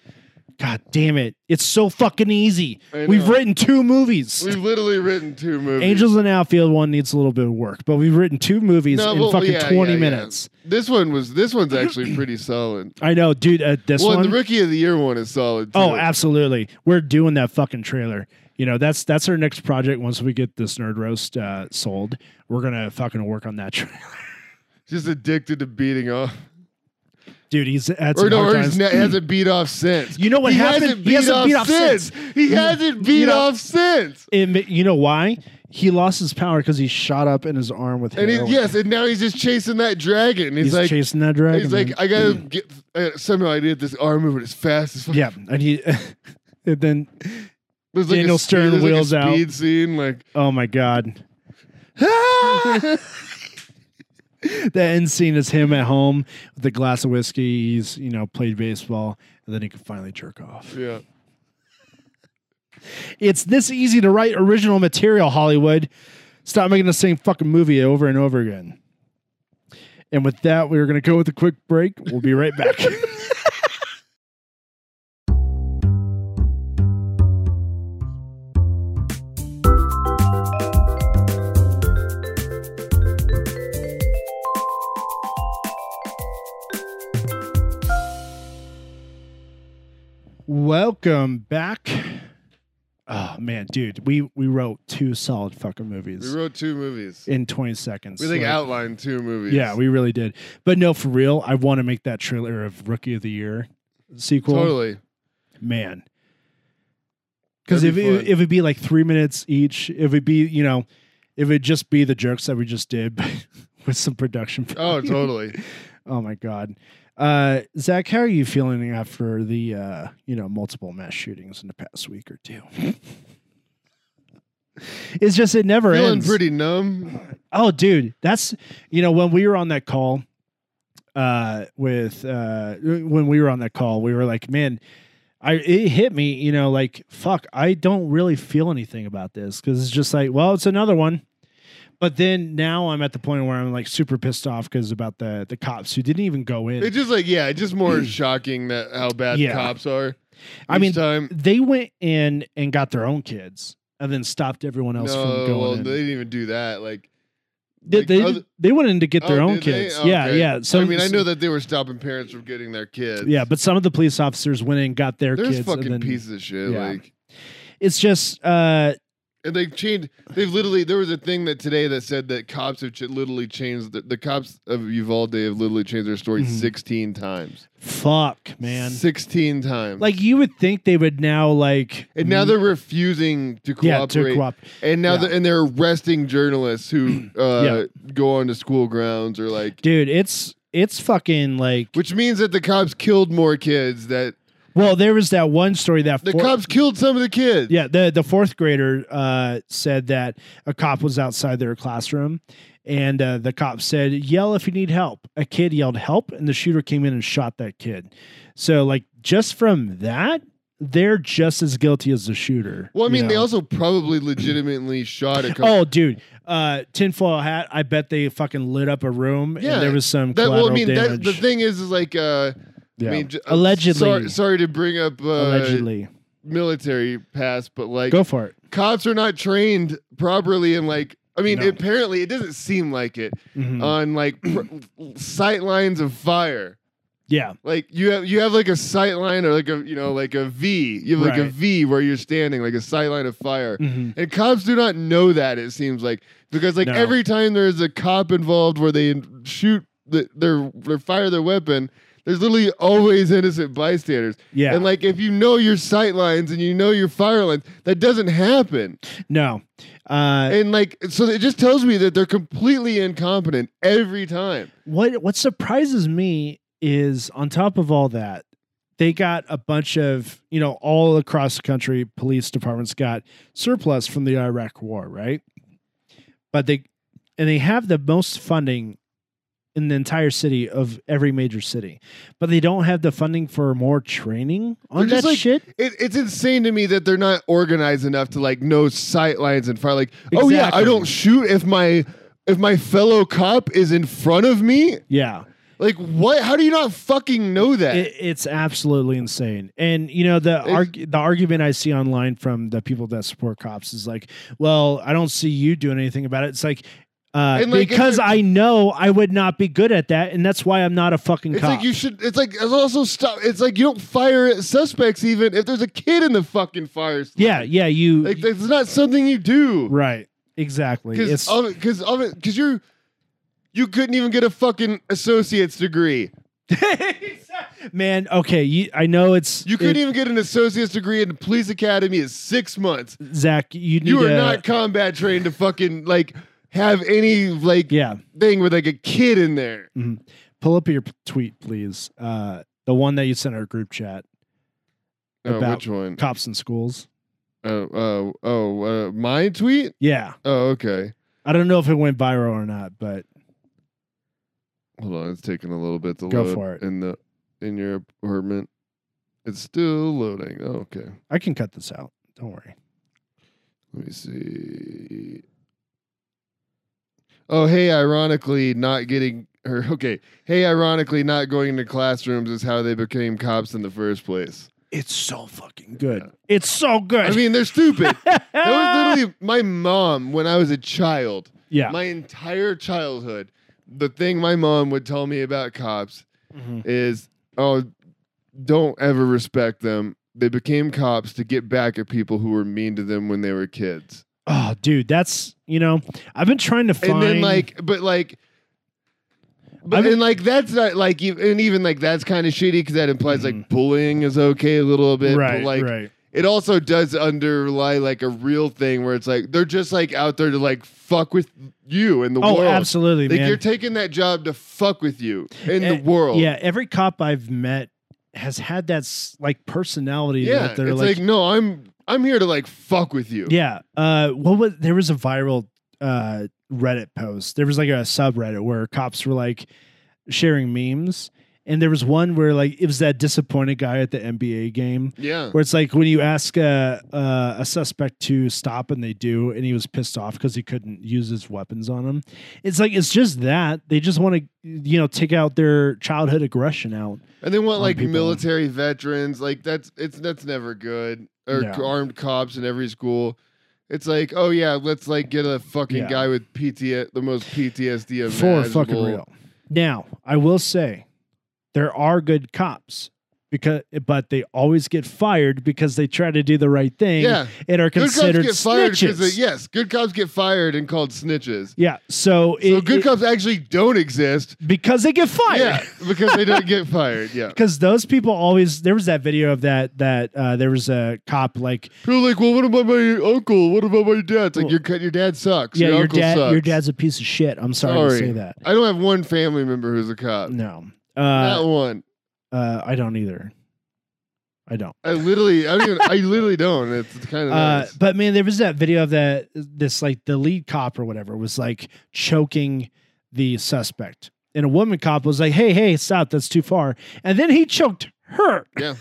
Speaker 2: God damn it! It's so fucking easy.
Speaker 1: I
Speaker 2: We've
Speaker 1: know.
Speaker 2: written two movies.
Speaker 1: We've literally written two movies.
Speaker 2: Angels in the Outfield one needs a little bit of work, but we've written two movies
Speaker 1: No,
Speaker 2: in
Speaker 1: well,
Speaker 2: fucking
Speaker 1: yeah,
Speaker 2: twenty
Speaker 1: yeah, yeah.
Speaker 2: minutes.
Speaker 1: This one was this one's actually pretty solid.
Speaker 2: I know, dude. Uh, this
Speaker 1: well, and
Speaker 2: one,
Speaker 1: the rookie of the year one is solid. Too.
Speaker 2: oh, absolutely. We're doing that fucking trailer. You know, that's that's our next project. Once we get this nerd roast uh, sold, we're gonna fucking work on that trailer.
Speaker 1: just addicted to beating off.
Speaker 2: Dude, he's had some
Speaker 1: Or no,
Speaker 2: hard
Speaker 1: or he's
Speaker 2: times.
Speaker 1: ne- hasn't beat off since.
Speaker 2: You know what
Speaker 1: he
Speaker 2: happened?
Speaker 1: Hasn't
Speaker 2: He
Speaker 1: beat
Speaker 2: hasn't
Speaker 1: off
Speaker 2: beat off
Speaker 1: since. He
Speaker 2: You-
Speaker 1: hasn't
Speaker 2: you
Speaker 1: beat
Speaker 2: know-
Speaker 1: off since.
Speaker 2: It ma- you know why? He lost his power because he shot up in his arm with
Speaker 1: And he,
Speaker 2: heroin.
Speaker 1: yes, and now he's just chasing that dragon. He's,
Speaker 2: he's
Speaker 1: like,
Speaker 2: chasing that dragon.
Speaker 1: he's like,
Speaker 2: man.
Speaker 1: I gotta get uh, somehow I did this arm movement as fast as fuck.
Speaker 2: yeah, and he, and then
Speaker 1: There's
Speaker 2: Daniel
Speaker 1: speed-
Speaker 2: Stern
Speaker 1: there's
Speaker 2: wheels
Speaker 1: like a
Speaker 2: out.
Speaker 1: speed scene like.
Speaker 2: oh my god, the end scene is him at home with a glass of whiskey. He's you know played baseball, and then he can finally jerk off.
Speaker 1: yeah.
Speaker 2: It's this easy to write original material, Hollywood. Stop making the same fucking movie over and over again. And with that, we are going to go with a quick break. We'll be right back. Welcome back. Oh man, dude, we we wrote two solid fucking
Speaker 1: We
Speaker 2: movies
Speaker 1: wrote two movies.
Speaker 2: in 20 seconds.
Speaker 1: we like
Speaker 2: Like,
Speaker 1: outlined two movies.
Speaker 2: Yeah, we really did. But no, for real, I want to make that trailer of Rookie of the Year sequel.
Speaker 1: totally.
Speaker 2: Man. Because if
Speaker 1: That'd be
Speaker 2: it,
Speaker 1: fun.
Speaker 2: it would be like three minutes each, it would be, you know, it would just be the jokes that we just did but with some production.
Speaker 1: Oh,
Speaker 2: value.
Speaker 1: totally.
Speaker 2: Oh, my God. Uh, Zach, how are you feeling after the, uh, you know, multiple mass shootings in the past week or two? it's just, it never
Speaker 1: Feeling
Speaker 2: ends.
Speaker 1: pretty numb.
Speaker 2: Oh, dude, that's you know when we were on that call, uh, with uh, when we were on that call, we were like, man, I it hit me, you know, like fuck, I don't really feel anything about this because it's just like, well, it's another one. But then now I'm at the point where I'm like super pissed off because about the the cops who didn't even go in.
Speaker 1: It's just like yeah, it's just more shocking that how bad
Speaker 2: Yeah.
Speaker 1: cops are.
Speaker 2: I
Speaker 1: each
Speaker 2: mean,
Speaker 1: time
Speaker 2: they went in and got their own kids and then stopped everyone
Speaker 1: no,
Speaker 2: else from going
Speaker 1: well,
Speaker 2: in.
Speaker 1: they didn't even do that. Like
Speaker 2: They,
Speaker 1: like,
Speaker 2: they,
Speaker 1: other-
Speaker 2: they went in to get their
Speaker 1: oh,
Speaker 2: own
Speaker 1: did they?
Speaker 2: kids. Yeah,
Speaker 1: Okay.
Speaker 2: yeah. So
Speaker 1: I mean, I know that they were stopping parents from getting their kids.
Speaker 2: Yeah, but some of the police officers went in and got their
Speaker 1: they're just
Speaker 2: kids.
Speaker 1: fucking
Speaker 2: and then,
Speaker 1: pieces of shit.
Speaker 2: yeah.
Speaker 1: Like,
Speaker 2: It's just uh
Speaker 1: and they've changed. They've literally there was a thing that today that said that cops have ch- literally changed the, the cops of Uvalde have literally changed their story
Speaker 2: Mhm.
Speaker 1: sixteen times.
Speaker 2: fuck, man.
Speaker 1: sixteen times.
Speaker 2: Like you would think they would now like
Speaker 1: and now they're refusing to
Speaker 2: yeah, to
Speaker 1: cooperate.
Speaker 2: co-op.
Speaker 1: and now
Speaker 2: yeah.
Speaker 1: they're, and they're arresting journalists who uh, go onto school grounds or like
Speaker 2: Dude, it's it's fucking like
Speaker 1: Which means that the cops killed more kids. That
Speaker 2: well, there was that one story that
Speaker 1: the
Speaker 2: four-
Speaker 1: cops killed some of the kids.
Speaker 2: Yeah, the the fourth grader uh, said that a cop was outside their classroom, and uh, the cop said, "Yell if you need help." A kid yelled, "Help!" and the shooter came in and shot that kid. So, like, just from that, they're just as guilty as the shooter.
Speaker 1: Well, I
Speaker 2: you
Speaker 1: mean, they
Speaker 2: know?
Speaker 1: also probably legitimately shot a couple.
Speaker 2: Oh, dude, uh, tinfoil hat. I bet they fucking lit up a room,
Speaker 1: Yeah,
Speaker 2: and there was some
Speaker 1: that,
Speaker 2: Oh, collateral
Speaker 1: well, I mean, that,
Speaker 2: damage.
Speaker 1: the thing is, is like, uh,
Speaker 2: Yeah.
Speaker 1: I mean, j- uh,
Speaker 2: Allegedly.
Speaker 1: Sorry, sorry to bring up uh,
Speaker 2: Allegedly,
Speaker 1: military past, but like,
Speaker 2: go for it.
Speaker 1: cops are not trained properly in like I mean,
Speaker 2: No.
Speaker 1: apparently it doesn't seem like it
Speaker 2: Mhm.
Speaker 1: on like pr- sight lines of fire.
Speaker 2: yeah.
Speaker 1: Like you have you have like a sight line or like a you know like a V. You have like a
Speaker 2: Right.
Speaker 1: V where you're standing, like a sight line of fire.
Speaker 2: Mhm.
Speaker 1: And cops do not know that it seems like because like
Speaker 2: No.
Speaker 1: every time there is a cop involved where they in- shoot the, their their fire their weapon, there's literally always innocent bystanders.
Speaker 2: Yeah.
Speaker 1: And like if you know your sight lines and you know your fire lines, that doesn't happen.
Speaker 2: no. Uh,
Speaker 1: And like so it just tells me that they're completely incompetent every time.
Speaker 2: what what surprises me is on top of all that, they got a bunch of, you know, all across the country police departments got surplus from the Iraq war, right? But they and they have the most funding in the entire city of every major city. But they don't have the funding for more training on
Speaker 1: They're just
Speaker 2: that
Speaker 1: like-
Speaker 2: shit.
Speaker 1: It, it's insane to me that they're not organized enough to like know sight lines and fire. Like, oh yeah, I
Speaker 2: Exactly.
Speaker 1: don't shoot if my if my fellow cop is in front of me.
Speaker 2: Yeah.
Speaker 1: Like what? How do you not fucking know that?
Speaker 2: It, it's absolutely insane. And you know the
Speaker 1: It's-
Speaker 2: arg- the argument I see online from the people that support cops is like, well, I don't see you doing anything about it. It's like. Uh,
Speaker 1: And, like, if
Speaker 2: because
Speaker 1: you're-
Speaker 2: I know I would not be good at that, and that's why I'm not a fucking
Speaker 1: it's
Speaker 2: cop.
Speaker 1: like you should. It's like it's also stop. It's like you don't fire at suspects even if there's a kid in the fucking fire. slide.
Speaker 2: yeah, yeah, you.
Speaker 1: like that's not something you do.
Speaker 2: right, exactly.
Speaker 1: Because
Speaker 2: It's
Speaker 1: because because you're you couldn't even get a fucking associate's degree.
Speaker 2: man. Okay, you, I know it's
Speaker 1: You couldn't
Speaker 2: it-
Speaker 1: even get an associate's degree in the police academy at six months.
Speaker 2: Zach. You need
Speaker 1: You are
Speaker 2: to-
Speaker 1: not combat trained to fucking like have any like
Speaker 2: Yeah,
Speaker 1: thing with like a kid in there.
Speaker 2: pull up your p- tweet, please. Uh, the one that you sent our group chat,
Speaker 1: Oh,
Speaker 2: About-
Speaker 1: which one?
Speaker 2: cops in schools.
Speaker 1: Oh, uh, oh, uh, my tweet.
Speaker 2: Yeah,
Speaker 1: Oh, okay.
Speaker 2: I don't know if it went viral or not, but
Speaker 1: Hold on, it's taking a little bit to
Speaker 2: Go
Speaker 1: load
Speaker 2: for it.
Speaker 1: in the in your apartment. It's still loading. Oh, okay,
Speaker 2: I can cut this out. Don't worry.
Speaker 1: let me see. Oh, hey, ironically, not getting her. Okay, hey, ironically, not going to classrooms is how they became cops in the first place.
Speaker 2: It's so fucking good. It's so good.
Speaker 1: I mean, they're stupid. That was literally my mom when I was a child.
Speaker 2: yeah.
Speaker 1: My entire childhood, the thing my mom would tell me about cops
Speaker 2: Mhm.
Speaker 1: is, oh, don't ever respect them. They became cops to get back at people who were mean to them when they were kids.
Speaker 2: Oh, dude, that's you know, I've been trying to find.
Speaker 1: And then like, but like, but
Speaker 2: I mean-
Speaker 1: and like that's not like, ev- and even like that's kind of shitty because that implies like bullying is okay a little bit,
Speaker 2: Mm-hmm. right,
Speaker 1: but like
Speaker 2: right.
Speaker 1: it also does underlie like a real thing where it's like they're just like out there to like fuck with you and the
Speaker 2: Oh,
Speaker 1: world.
Speaker 2: absolutely,
Speaker 1: Like
Speaker 2: man.
Speaker 1: you're taking that job to fuck with you in
Speaker 2: Eh,
Speaker 1: the world.
Speaker 2: Yeah, every cop I've met has had that s- like personality
Speaker 1: yeah.
Speaker 2: that
Speaker 1: It's
Speaker 2: they're
Speaker 1: like, no, I'm I'm here to like fuck with you.
Speaker 2: Yeah. Uh, what was there was a viral uh Reddit post. There was like a subreddit where cops were like sharing memes, and there was one where like it was that disappointed guy at the NBA game
Speaker 1: Yeah.
Speaker 2: where it's like when you ask a a, a suspect to stop and they do, and he was pissed off because he couldn't use his weapons on him. It's like it's just that they just want to you know take out their childhood aggression out.
Speaker 1: And they want
Speaker 2: on
Speaker 1: like
Speaker 2: people.
Speaker 1: military veterans. Like that's it's that's never good. Or
Speaker 2: No.
Speaker 1: armed cops in every school. It's like, oh yeah, let's like get a fucking
Speaker 2: Yeah.
Speaker 1: guy with PT the most PTSD
Speaker 2: for
Speaker 1: imaginable.
Speaker 2: fucking real. Now, I will say there are good cops because but they always get fired because they try to do the right thing
Speaker 1: Yeah.
Speaker 2: and are
Speaker 1: Good cops
Speaker 2: considered
Speaker 1: get fired
Speaker 2: snitches.
Speaker 1: because yes, good cops get fired and called snitches.
Speaker 2: yeah, so,
Speaker 1: So
Speaker 2: it-
Speaker 1: good
Speaker 2: it-
Speaker 1: cops actually don't exist.
Speaker 2: because they get fired.
Speaker 1: Yeah, because they don't get fired. Yeah.
Speaker 2: Because those people always there was that video of that that uh, there was a cop like
Speaker 1: People are like, well, what about my uncle? What about my dad? It's like
Speaker 2: Well-
Speaker 1: your your dad sucks.
Speaker 2: yeah
Speaker 1: your,
Speaker 2: your
Speaker 1: uncle
Speaker 2: dad
Speaker 1: sucks.
Speaker 2: your dad's a piece of shit. I'm sorry, to
Speaker 1: Sorry.
Speaker 2: say that.
Speaker 1: I don't have one family member who's a cop.
Speaker 2: No,
Speaker 1: Not
Speaker 2: uh,
Speaker 1: one.
Speaker 2: uh, I don't either. I don't.
Speaker 1: I literally, I don't even, I literally don't. It's, kind of
Speaker 2: Uh,
Speaker 1: nice.
Speaker 2: but man, there was that video of that this like the lead cop or whatever was like choking the suspect, and a woman cop was like, "Hey, hey, stop! That's too far." And then he choked her.
Speaker 1: Yeah.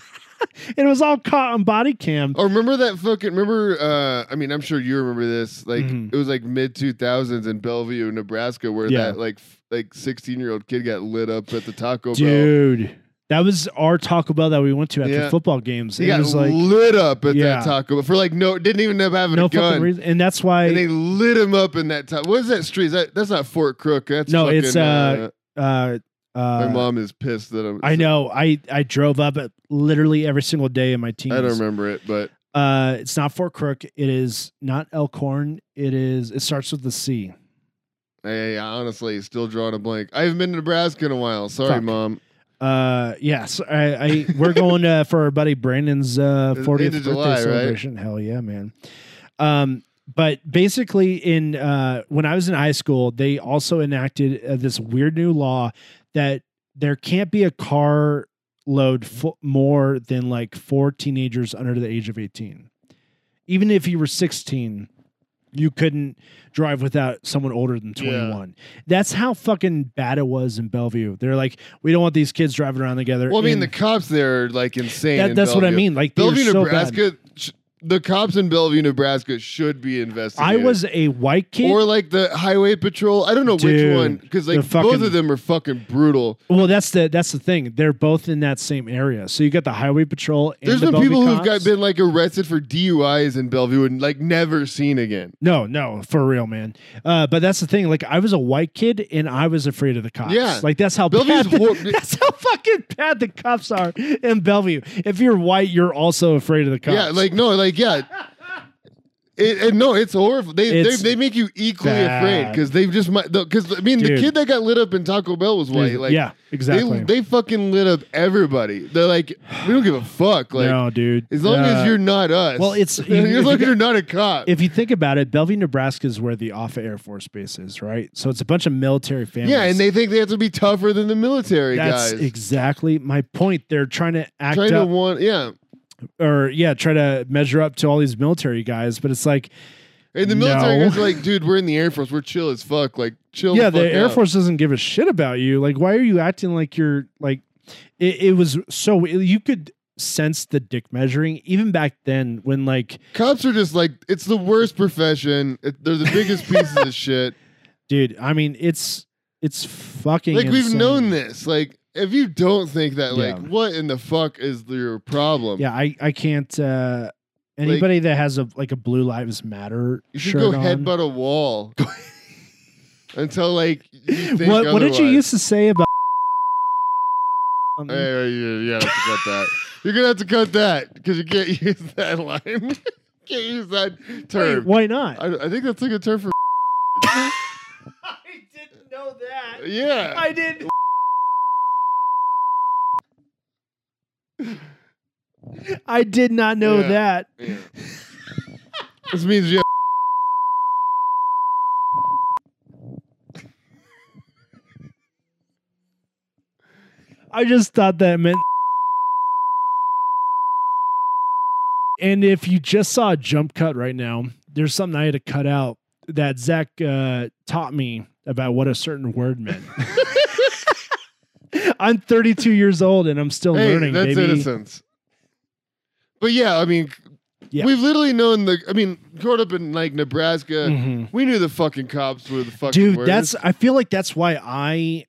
Speaker 2: and it was all caught on body cam.
Speaker 1: Oh, remember that fucking? Remember? Uh, I mean, I'm sure you remember this. Like,
Speaker 2: Mhm.
Speaker 1: it was like mid 2000s in Bellevue, Nebraska, where
Speaker 2: Yeah.
Speaker 1: that like f- like 16 year old kid got lit up at the Taco Bell.
Speaker 2: Dude, That was our Taco Bell that we went to after
Speaker 1: Yeah.
Speaker 2: football games.
Speaker 1: He
Speaker 2: And it
Speaker 1: got
Speaker 2: was like
Speaker 1: lit up at
Speaker 2: Yeah.
Speaker 1: that Taco Bell for like no, didn't even have having
Speaker 2: no
Speaker 1: a
Speaker 2: fucking
Speaker 1: gun.
Speaker 2: reason. And that's why
Speaker 1: and they lit him up in that Taco. What is that street? Is that that's not Fort Crook. That's
Speaker 2: No,
Speaker 1: fucking,
Speaker 2: it's, uh, uh,
Speaker 1: my
Speaker 2: uh,
Speaker 1: mom is pissed that I'm.
Speaker 2: I know. I I drove up it literally every single day in my teens.
Speaker 1: I don't remember it, but
Speaker 2: Uh, it's not Fort Crook. It is not Elkhorn. It is. It starts with the C.
Speaker 1: I, I honestly still drawing a blank. I haven't been to Nebraska in a while. Sorry,
Speaker 2: Fuck.
Speaker 1: mom.
Speaker 2: Uh, yes. I, I we're going uh, for our buddy Brandon's uh
Speaker 1: End of
Speaker 2: 40th birthday
Speaker 1: July, right?
Speaker 2: celebration. Hell yeah, man. Um, but basically, in uh, when I was in high school, they also enacted uh, this weird new law that there can't be a car load fo- more than like four teenagers under the age of 18. Even if you were 16, you couldn't drive without someone older than
Speaker 1: Yeah.
Speaker 2: 21. That's how fucking bad it was in Bellevue. They're like, we don't want these kids driving around together.
Speaker 1: Well, I mean,
Speaker 2: in-
Speaker 1: the cops there are like insane.
Speaker 2: that,
Speaker 1: in
Speaker 2: that's what I
Speaker 1: Bellevue.
Speaker 2: mean. Like, they're
Speaker 1: Bellevue,
Speaker 2: so bad.
Speaker 1: Nebraska. sh- the cops in Bellevue, Nebraska, should be
Speaker 2: I
Speaker 1: investigated.
Speaker 2: was a white kid.
Speaker 1: Or like the highway patrol. I don't know
Speaker 2: Dude,
Speaker 1: which one because like
Speaker 2: the fucking-
Speaker 1: both of them are fucking brutal.
Speaker 2: well, that's the that's the thing. They're both in that same area. So you got the highway patrol. And
Speaker 1: There's
Speaker 2: the
Speaker 1: been
Speaker 2: Bellevue
Speaker 1: people who've
Speaker 2: cops.
Speaker 1: got been like arrested for DUIs in Bellevue and like never seen again.
Speaker 2: No, no, for real, man. Uh, but that's the thing. Like, I was a white kid and I was afraid of the cops.
Speaker 1: Yeah.
Speaker 2: Like, that's how
Speaker 1: Bellevue's
Speaker 2: bad.
Speaker 1: hor-
Speaker 2: that's how fucking bad the cops are in Bellevue. If you're white, you're also afraid of the cops.
Speaker 1: Yeah, like no, like yeah. It, and no, it's horrible. They,
Speaker 2: It's
Speaker 1: they they make you equally
Speaker 2: bad.
Speaker 1: afraid because they've just because I mean
Speaker 2: Dude.
Speaker 1: the kid that got lit up in Taco Bell was white. Like
Speaker 2: yeah, exactly.
Speaker 1: they they fucking lit up everybody. They're like we don't give a fuck. Like
Speaker 2: no, dude.
Speaker 1: as long
Speaker 2: Uh,
Speaker 1: as you're not us.
Speaker 2: well, it's-
Speaker 1: as long as you're not a cop.
Speaker 2: If you think about it, Bellevue, Nebraska is where the Offa Air Force Base is, right? So it's a bunch of military families.
Speaker 1: yeah, and they think they have to be tougher than the military
Speaker 2: That's
Speaker 1: guys.
Speaker 2: exactly my point. They're trying to act
Speaker 1: Trying to
Speaker 2: up
Speaker 1: want yeah.
Speaker 2: or yeah, try to measure up to all these military guys, but it's like
Speaker 1: And the military
Speaker 2: No.
Speaker 1: guys are like, dude, we're in the Air Force. We're chill as fuck. Like, chill.
Speaker 2: yeah,
Speaker 1: the,
Speaker 2: the
Speaker 1: fuck
Speaker 2: Air
Speaker 1: out.
Speaker 2: Force doesn't give a shit about you. Like, why are you acting like you're like? It, it was so you could sense the dick measuring even back then when like,
Speaker 1: Cops are just like, it's the worst profession. It, they're the biggest pieces of shit.
Speaker 2: dude. I mean, it's it's fucking
Speaker 1: Like, we've
Speaker 2: insane.
Speaker 1: known this. Like, if you don't think that, like,
Speaker 2: Yeah.
Speaker 1: what in the fuck is your problem?
Speaker 2: Yeah, I I can't. uh Anybody that has a like a Blue Lives Matter
Speaker 1: You should
Speaker 2: shirt
Speaker 1: go
Speaker 2: on.
Speaker 1: headbutt a wall until like. You think
Speaker 2: what what did you
Speaker 1: otherwise.
Speaker 2: used to say about? Um,
Speaker 1: Hey, you, you gotta have to cut that. You're gonna have to cut that because you can't use that line. can't use that term.
Speaker 2: why not?
Speaker 1: I, I think that's a good term for.
Speaker 2: I didn't know that.
Speaker 1: Yeah.
Speaker 2: did. I did not know
Speaker 1: Yeah.
Speaker 2: that.
Speaker 1: Yeah. this means you.
Speaker 2: I just thought that meant. And if you just saw a jump cut right now, there's something I had to cut out that Zach uh, taught me about what a certain word meant. I'm 32 years old and I'm still
Speaker 1: Hey,
Speaker 2: learning,
Speaker 1: that's
Speaker 2: baby.
Speaker 1: innocence. But yeah, I mean,
Speaker 2: Yeah.
Speaker 1: we've literally known the. I mean, growing up in like Nebraska,
Speaker 2: Mhm.
Speaker 1: we knew the fucking cops were the fucking.
Speaker 2: Dude,
Speaker 1: worst.
Speaker 2: that's. I feel like that's why I.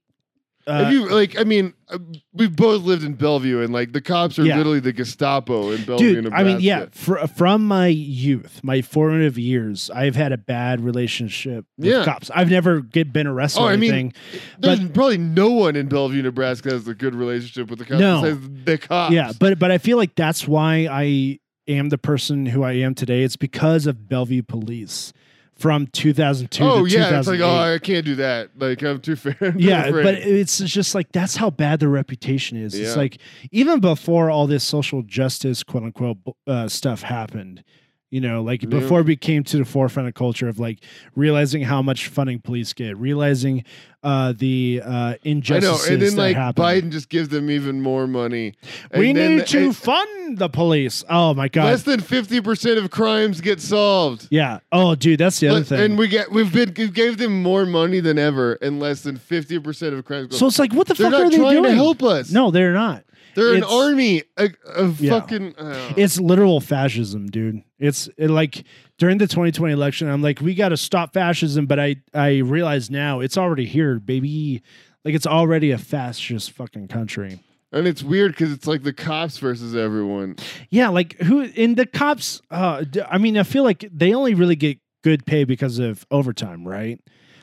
Speaker 2: Uh,
Speaker 1: If you like, I mean, uh, we've both lived in Bellevue, and like the cops are
Speaker 2: Yeah.
Speaker 1: literally the Gestapo in Bellevue,
Speaker 2: Dude, I
Speaker 1: Nebraska.
Speaker 2: mean, yeah, fr- from my youth, my formative years, I've had a bad relationship with
Speaker 1: Yeah.
Speaker 2: cops. I've never get been arrested
Speaker 1: Oh,
Speaker 2: or
Speaker 1: I mean,
Speaker 2: anything.
Speaker 1: There's probably no one in Bellevue, Nebraska, has a good relationship with the cops.
Speaker 2: No.
Speaker 1: besides the cops.
Speaker 2: yeah, but but I feel like that's why I am the person who I am today. It's because of Bellevue Police from 2002
Speaker 1: oh
Speaker 2: to
Speaker 1: yeah, it's like
Speaker 2: 2008.
Speaker 1: oh, I can't do that. Like I'm too fair. I'm too
Speaker 2: yeah,
Speaker 1: afraid.
Speaker 2: but it's just like that's how bad the reputation is. It's
Speaker 1: Yeah.
Speaker 2: like even before all this social justice quote unquote bu- uh, stuff happened, you know, like
Speaker 1: Yeah.
Speaker 2: before we came to the forefront of culture of like realizing how much funding police get, realizing uh, the uh,
Speaker 1: I know,
Speaker 2: injustices
Speaker 1: and then
Speaker 2: that
Speaker 1: like
Speaker 2: happen.
Speaker 1: Biden just gives them even more money.
Speaker 2: we
Speaker 1: And then-
Speaker 2: need to
Speaker 1: and
Speaker 2: fund the police. Oh my god.
Speaker 1: Less than fifty percent of crimes get solved.
Speaker 2: yeah. Oh, dude, that's the other
Speaker 1: But-
Speaker 2: thing.
Speaker 1: And we get we've been we gave them more money than ever, and less than fifty percent of crimes. Go.
Speaker 2: so it's like, what the
Speaker 1: they're
Speaker 2: fuck are
Speaker 1: not
Speaker 2: they
Speaker 1: trying
Speaker 2: doing?
Speaker 1: to help us.
Speaker 2: No, they're not.
Speaker 1: they're an
Speaker 2: it's-
Speaker 1: army of, of
Speaker 2: Yeah.
Speaker 1: fucking. uh,
Speaker 2: It's literal fascism, dude. It's it, like during the 2020 election, I'm like, we got to stop fascism, but I I realize now it's already here, baby. Like it's already a fascist fucking country.
Speaker 1: And it's weird because it's like the cops versus everyone.
Speaker 2: Yeah, like who in the cops? Uh, d- I mean, I feel like they only really get good pay because of overtime, right?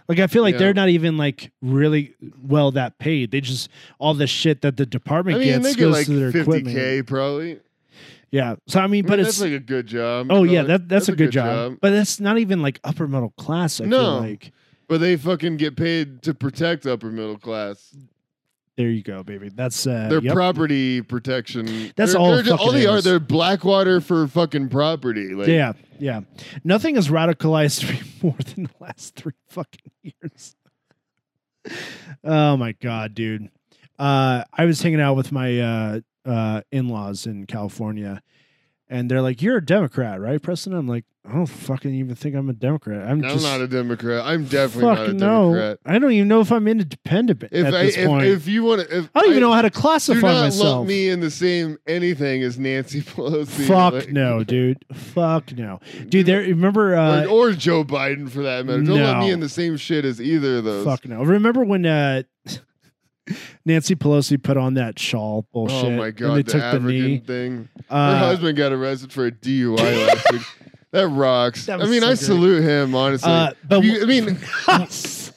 Speaker 2: Like I feel like
Speaker 1: Yeah.
Speaker 2: they're not even like really well that paid. They just all the shit that the
Speaker 1: I
Speaker 2: department
Speaker 1: mean,
Speaker 2: gets
Speaker 1: they
Speaker 2: goes
Speaker 1: get like
Speaker 2: to their
Speaker 1: fifty
Speaker 2: equipment.
Speaker 1: k probably.
Speaker 2: Yeah. So I mean,
Speaker 1: But
Speaker 2: but
Speaker 1: that's
Speaker 2: it's
Speaker 1: like a good job.
Speaker 2: oh
Speaker 1: You know,
Speaker 2: yeah,
Speaker 1: like,
Speaker 2: that that's, a good, job. But that's not even like upper middle class. I
Speaker 1: No.
Speaker 2: feel like
Speaker 1: But they fucking get paid to protect upper middle class.
Speaker 2: there you go, baby. That's uh,
Speaker 1: Their
Speaker 2: yep.
Speaker 1: property protection.
Speaker 2: That's
Speaker 1: they're,
Speaker 2: all
Speaker 1: They're,
Speaker 2: it
Speaker 1: all
Speaker 2: fucking
Speaker 1: they are.
Speaker 2: is.
Speaker 1: They're Blackwater for fucking property. Like,
Speaker 2: yeah, yeah. Nothing has radicalized me more than the last three fucking years. oh my god, dude. Uh, I was hanging out with my uh, uh, in-laws in California, and they're like, "You're a Democrat, right, Preston?" I'm like, "I don't fucking even think I'm a Democrat. I'm,
Speaker 1: I'm
Speaker 2: just
Speaker 1: not a Democrat. I'm definitely not a
Speaker 2: fucking
Speaker 1: Democrat.
Speaker 2: no. I don't even know if I'm independent b-
Speaker 1: If
Speaker 2: at
Speaker 1: I
Speaker 2: this
Speaker 1: if,
Speaker 2: point.
Speaker 1: if you want to,
Speaker 2: I don't even know how to
Speaker 1: Do
Speaker 2: classify
Speaker 1: not
Speaker 2: myself.
Speaker 1: lump me in the same anything as Nancy Pelosi.
Speaker 2: Fuck
Speaker 1: like-
Speaker 2: no, dude. Fuck no, dude. There, remember? Uh,
Speaker 1: or, or Joe Biden for that matter. Don't let
Speaker 2: no.
Speaker 1: me in the same shit as either of those.
Speaker 2: Fuck no. Remember when uh, Nancy Pelosi put on that shawl bullshit?
Speaker 1: oh my god,
Speaker 2: and they
Speaker 1: the
Speaker 2: took
Speaker 1: African
Speaker 2: the knee.
Speaker 1: thing. Her
Speaker 2: Uh,
Speaker 1: husband got arrested for a DUI last week. That rocks.
Speaker 2: That
Speaker 1: I
Speaker 2: was
Speaker 1: mean,
Speaker 2: so
Speaker 1: I
Speaker 2: great.
Speaker 1: salute him honestly.
Speaker 2: uh, but
Speaker 1: You- I mean, if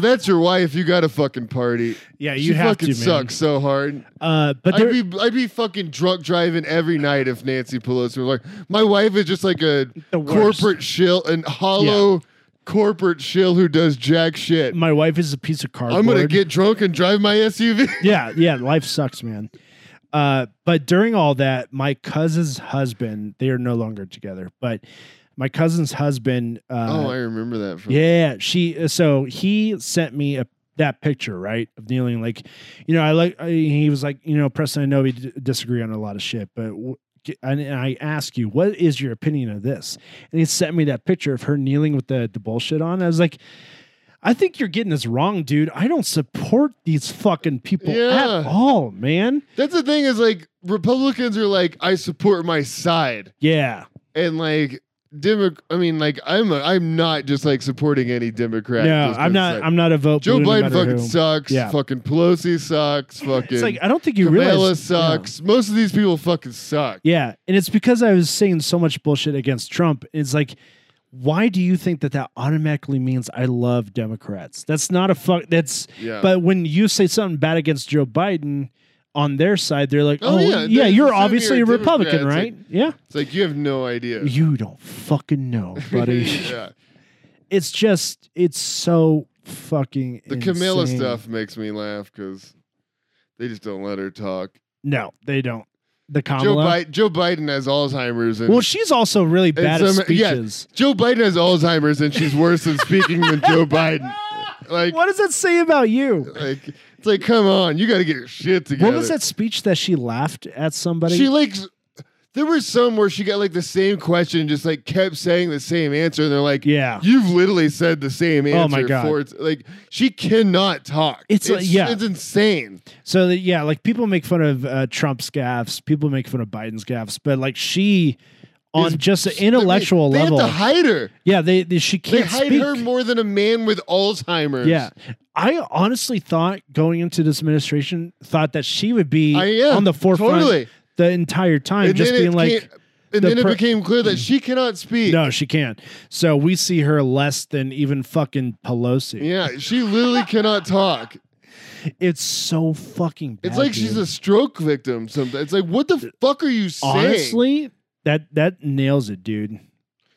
Speaker 1: that's your wife, you got to fucking party.
Speaker 2: yeah,
Speaker 1: she
Speaker 2: you have to
Speaker 1: fucking
Speaker 2: man.
Speaker 1: suck so hard.
Speaker 2: Uh, but there,
Speaker 1: I'd be I'd be fucking drunk driving every night if Nancy Pelosi was like, my wife is just like a
Speaker 2: The worst.
Speaker 1: corporate shill and hollow corporate shill who does jack shit.
Speaker 2: my wife is a piece of cardboard.
Speaker 1: I'm gonna get drunk and drive my SUV.
Speaker 2: yeah, yeah, life sucks, man. Uh, but during all that, my cousin's husband, they are no longer together, but my cousin's husband, uh,
Speaker 1: oh, I remember that. From
Speaker 2: Yeah, she. uh, So he sent me a that picture right of kneeling. Like, you know, I like. I, he was like, you know, Preston, I know we d- disagree on a lot of shit, but. W- and and I ask you, what is your opinion of this? And he sent me that picture of her kneeling with the, the bullshit on. I was like, I think you're getting this wrong, dude. I don't support these fucking people
Speaker 1: Yeah.
Speaker 2: at all, man.
Speaker 1: That's the thing is like Republicans are like I support my side
Speaker 2: Yeah.
Speaker 1: and like Demo- I mean like I'm a, I'm not just like supporting any Democrat.
Speaker 2: no,
Speaker 1: just
Speaker 2: I'm
Speaker 1: 'cause,
Speaker 2: not.
Speaker 1: like,
Speaker 2: I'm not a vote.
Speaker 1: Joe
Speaker 2: blue no
Speaker 1: Biden
Speaker 2: matter
Speaker 1: fucking
Speaker 2: who.
Speaker 1: sucks.
Speaker 2: Yeah.
Speaker 1: Fucking Pelosi sucks. Fucking
Speaker 2: It's like I don't think you
Speaker 1: Kamala
Speaker 2: realize. Yeah.
Speaker 1: sucks. Most of these people fucking suck.
Speaker 2: Yeah, and it's because I was saying so much bullshit against Trump. It's like, why do you think that that automatically means I love Democrats? That's not a fuck. That's
Speaker 1: Yeah.
Speaker 2: but when you say something bad against Joe Biden on their side, they're like,
Speaker 1: Oh,
Speaker 2: oh,
Speaker 1: yeah,
Speaker 2: yeah,
Speaker 1: they
Speaker 2: you're
Speaker 1: assume
Speaker 2: obviously
Speaker 1: you're
Speaker 2: a
Speaker 1: a
Speaker 2: Republican,
Speaker 1: Democrat.
Speaker 2: right? yeah,
Speaker 1: it's like you have no idea.
Speaker 2: you don't fucking know, buddy.
Speaker 1: yeah.
Speaker 2: It's just, it's so fucking
Speaker 1: The Camilla
Speaker 2: insane.
Speaker 1: stuff makes me laugh because they just don't let her talk.
Speaker 2: No, they don't. The
Speaker 1: Joe,
Speaker 2: Kamala.
Speaker 1: Bi- Joe Biden has Alzheimer's and
Speaker 2: well, she's also really bad at
Speaker 1: some- yeah.
Speaker 2: speeches.
Speaker 1: Joe Biden has Alzheimer's and she's worse at speaking than Joe Biden. Like,
Speaker 2: What does that say about you?
Speaker 1: like it's like, come on, you got to get your shit together.
Speaker 2: What was that speech that she laughed at somebody?
Speaker 1: She like, s- there were some where she got like the same question, and just like kept saying the same answer, and they're like,
Speaker 2: yeah.
Speaker 1: You've literally said the same answer.
Speaker 2: Oh, my God.
Speaker 1: For, it's- like she cannot talk.
Speaker 2: It's like- yeah.
Speaker 1: it's insane.
Speaker 2: So that, yeah, like people make fun of uh, Trump's gaffes, people make fun of Biden's gaffes, but like she, on
Speaker 1: Is-
Speaker 2: just an intellectual
Speaker 1: they,
Speaker 2: level,
Speaker 1: They have to hide her.
Speaker 2: yeah, they, they she
Speaker 1: They
Speaker 2: can't
Speaker 1: hide
Speaker 2: speak.
Speaker 1: her more than a man with Alzheimer's.
Speaker 2: yeah, I honestly thought going into this administration, thought that she would be
Speaker 1: I am,
Speaker 2: on the forefront
Speaker 1: totally.
Speaker 2: the entire time,
Speaker 1: And
Speaker 2: just
Speaker 1: then it
Speaker 2: being like,
Speaker 1: came- and
Speaker 2: the
Speaker 1: then
Speaker 2: per-
Speaker 1: it became clear that she cannot speak.
Speaker 2: no, she can't. So we see her less than even fucking Pelosi.
Speaker 1: Yeah, she literally cannot talk.
Speaker 2: It's so fucking. Bad,
Speaker 1: It's like she's
Speaker 2: dude.
Speaker 1: a stroke victim. Sometimes it's like, what the fuck are you saying?
Speaker 2: honestly that that nails it, dude.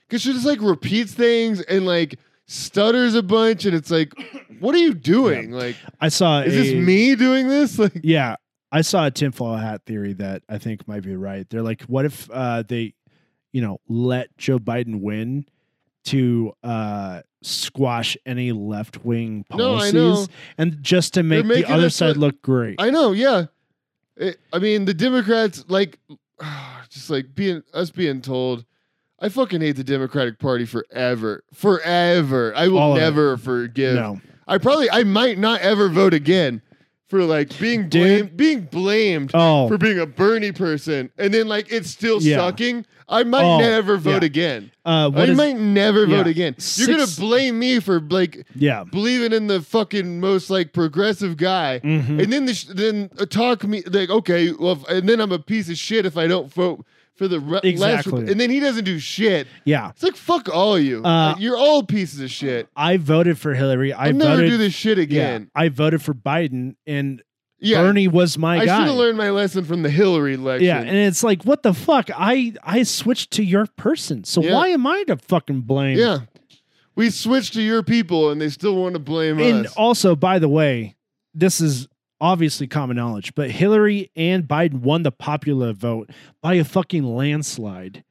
Speaker 1: because she just like repeats things and like stutters a bunch, and it's like, what are you doing? Like,
Speaker 2: I saw
Speaker 1: is
Speaker 2: a,
Speaker 1: this me doing this? Like,
Speaker 2: Yeah, I saw a tinfoil hat theory that I think might be right. They're like, what if uh, they, you know, let Joe Biden win to uh, squash any left wing
Speaker 1: No, I
Speaker 2: policies,
Speaker 1: know.
Speaker 2: and just to make the
Speaker 1: making
Speaker 2: other
Speaker 1: us
Speaker 2: side
Speaker 1: look-
Speaker 2: look great.
Speaker 1: I know, yeah. It- I mean, the Democrats like just like being us being told. I fucking hate the Democratic Party forever, forever. I will
Speaker 2: All of it.
Speaker 1: never forgive.
Speaker 2: no,
Speaker 1: I probably, I might not ever vote again for like being
Speaker 2: Dude.
Speaker 1: blamed, being blamed
Speaker 2: Oh.
Speaker 1: for being a Bernie person, and then like it's still
Speaker 2: Yeah.
Speaker 1: sucking. I might
Speaker 2: Oh,
Speaker 1: never vote
Speaker 2: yeah.
Speaker 1: again.
Speaker 2: Uh, what
Speaker 1: I
Speaker 2: is-
Speaker 1: might never
Speaker 2: yeah.
Speaker 1: vote again. You're gonna
Speaker 2: Six-
Speaker 1: blame me for like
Speaker 2: yeah.
Speaker 1: believing in the fucking most like progressive guy,
Speaker 2: Mhm.
Speaker 1: and then the sh- then uh, talk me like okay, well, if- and then I'm a piece of shit if I don't vote for the re- last,
Speaker 2: Exactly.
Speaker 1: and then he doesn't do shit.
Speaker 2: Yeah.
Speaker 1: It's like fuck all you.
Speaker 2: Uh,
Speaker 1: Like, you're all pieces of shit.
Speaker 2: I voted for Hillary. I
Speaker 1: I'll
Speaker 2: voted
Speaker 1: never do this shit again.
Speaker 2: Yeah, I voted for Biden and
Speaker 1: Yeah,
Speaker 2: Bernie was my
Speaker 1: I should
Speaker 2: guy.
Speaker 1: have learned my lesson from the Hillary election.
Speaker 2: yeah, and it's like what the fuck? I I switched to your person. So
Speaker 1: Yeah.
Speaker 2: why am I to fucking blame?
Speaker 1: Yeah. We switched to your people and they still want to blame
Speaker 2: And
Speaker 1: us.
Speaker 2: also, by the way, this is obviously common knowledge, but Hillary and Biden won the popular vote by a fucking landslide.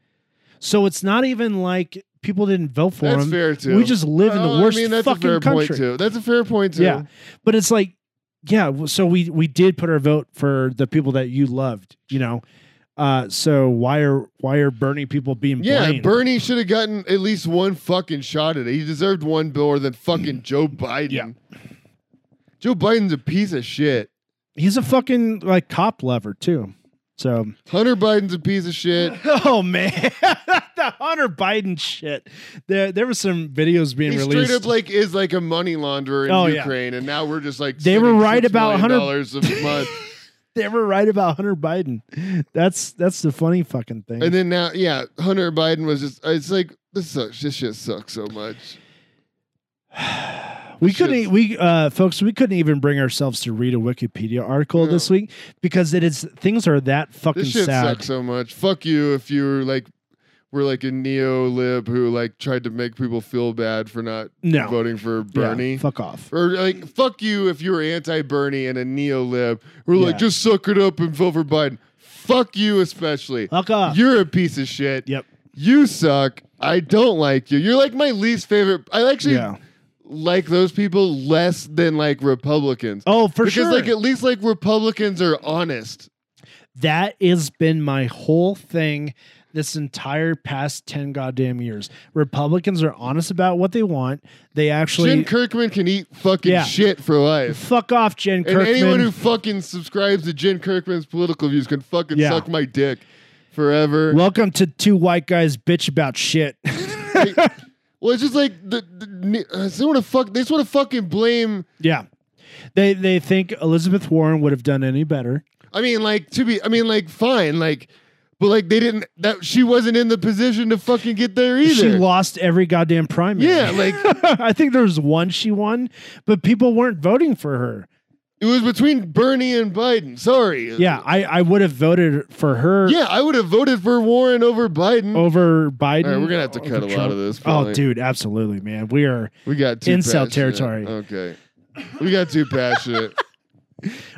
Speaker 2: So it's not even like people didn't vote for
Speaker 1: that's
Speaker 2: him.
Speaker 1: fair too.
Speaker 2: We just live in
Speaker 1: Well,
Speaker 2: the worst
Speaker 1: I mean, that's
Speaker 2: fucking
Speaker 1: a fair
Speaker 2: country.
Speaker 1: point too. That's a fair point too.
Speaker 2: Yeah, but it's like, yeah. w- So we we did put our vote for the people that you loved, you know. Uh, so why are why are Bernie people being
Speaker 1: Yeah,
Speaker 2: blamed?
Speaker 1: Bernie should have gotten at least one fucking shot at it. He deserved one more than fucking Joe Biden.
Speaker 2: Mm. Yeah.
Speaker 1: Joe Biden's a piece of shit.
Speaker 2: He's a fucking like cop lover too. So
Speaker 1: Hunter Biden's a piece of shit.
Speaker 2: oh man, the Hunter Biden shit. There there were some videos being
Speaker 1: He
Speaker 2: released.
Speaker 1: straight up like is like a money launderer in
Speaker 2: Oh, yeah.
Speaker 1: Ukraine, and now we're just like
Speaker 2: They were
Speaker 1: sending
Speaker 2: right
Speaker 1: $6
Speaker 2: about
Speaker 1: million
Speaker 2: Hunter-
Speaker 1: dollars a month,
Speaker 2: they were right about Hunter Biden. That's that's the funny fucking thing.
Speaker 1: and then now yeah, Hunter Biden was just it's like this sucks. This shit sucks so much.
Speaker 2: We
Speaker 1: It's just-
Speaker 2: couldn't, e- we uh, folks, we couldn't even bring ourselves to read a Wikipedia article
Speaker 1: No.
Speaker 2: this week because it is things are that fucking
Speaker 1: This shit
Speaker 2: sad.
Speaker 1: sucks so much. Fuck you if you were like were like a neo lib who like tried to make people feel bad for not
Speaker 2: No.
Speaker 1: voting for
Speaker 2: Yeah,
Speaker 1: Bernie.
Speaker 2: fuck off.
Speaker 1: or like fuck you if you were anti Bernie and a neo lib who were
Speaker 2: Yeah.
Speaker 1: like just suck it up and vote for Biden. Fuck you especially.
Speaker 2: Fuck off.
Speaker 1: You're a piece of shit.
Speaker 2: yep.
Speaker 1: You suck. I don't like you. You're like my least favorite. I actually
Speaker 2: Yeah.
Speaker 1: like those people less than like Republicans.
Speaker 2: Oh, for
Speaker 1: because
Speaker 2: sure.
Speaker 1: like at least like Republicans are honest.
Speaker 2: that has been my whole thing this entire past 10 goddamn years. Republicans are honest about what they want. They actually
Speaker 1: Jen Kirkman can eat fucking
Speaker 2: Yeah.
Speaker 1: shit for life.
Speaker 2: fuck off Jen
Speaker 1: And anyone
Speaker 2: Kirkman.
Speaker 1: who fucking subscribes to Jen Kirkman's political views can fucking
Speaker 2: Yeah.
Speaker 1: suck my dick forever.
Speaker 2: Welcome to two white guys bitch about shit.
Speaker 1: Well, it's just like the, the uh, they want to fuck. They just want to fucking blame.
Speaker 2: yeah. They they think Elizabeth Warren would have done any better.
Speaker 1: I mean, like to be. I mean, like fine, like, but like they didn't. That she wasn't in the position to fucking get there either.
Speaker 2: She lost every goddamn primary.
Speaker 1: yeah, like
Speaker 2: I think there was one she won, but people weren't voting for her.
Speaker 1: it was between Bernie and Biden. Sorry.
Speaker 2: Yeah, I, I would have voted for her
Speaker 1: Uh, Yeah, I would have voted for Warren over Biden.
Speaker 2: over Oh, Biden.
Speaker 1: All right, we're gonna have to
Speaker 2: Mm-hmm. over
Speaker 1: cut a lot
Speaker 2: Trump.
Speaker 1: of this,
Speaker 2: Oh,
Speaker 1: probably.
Speaker 2: dude, absolutely, man. We are
Speaker 1: we got too
Speaker 2: incel
Speaker 1: passionate.
Speaker 2: territory.
Speaker 1: Okay, we got too passionate.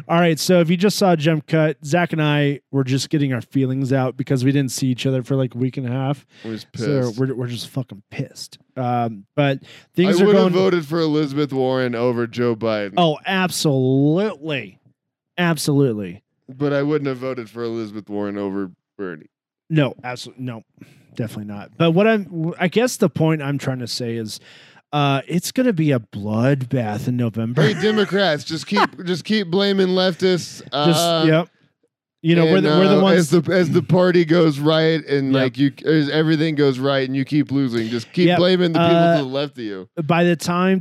Speaker 2: all right. So if you just saw a jump cut, Zach and I were just getting our feelings out because we didn't see each other for like a week and a half.
Speaker 1: I was pissed.
Speaker 2: So we're we're just fucking pissed. Um, but things
Speaker 1: I
Speaker 2: are
Speaker 1: would have
Speaker 2: going.
Speaker 1: voted for Elizabeth Warren over Joe Biden,
Speaker 2: oh, absolutely, absolutely.
Speaker 1: but I wouldn't have voted for Elizabeth Warren over Bernie.
Speaker 2: No, absolutely no, definitely not. But what I'm, I guess the point I'm trying to say is, uh, it's gonna be a bloodbath in November.
Speaker 1: Hey, Democrats, just keep just keep blaming leftists. Uh,
Speaker 2: Just yep. You know, we're
Speaker 1: and,
Speaker 2: the, we're the
Speaker 1: uh,
Speaker 2: ones.
Speaker 1: as the as the party goes right and
Speaker 2: Yep.
Speaker 1: like you as everything goes right and you keep losing. Just keep
Speaker 2: Yep.
Speaker 1: blaming the people
Speaker 2: Uh,
Speaker 1: to the left of you.
Speaker 2: by the time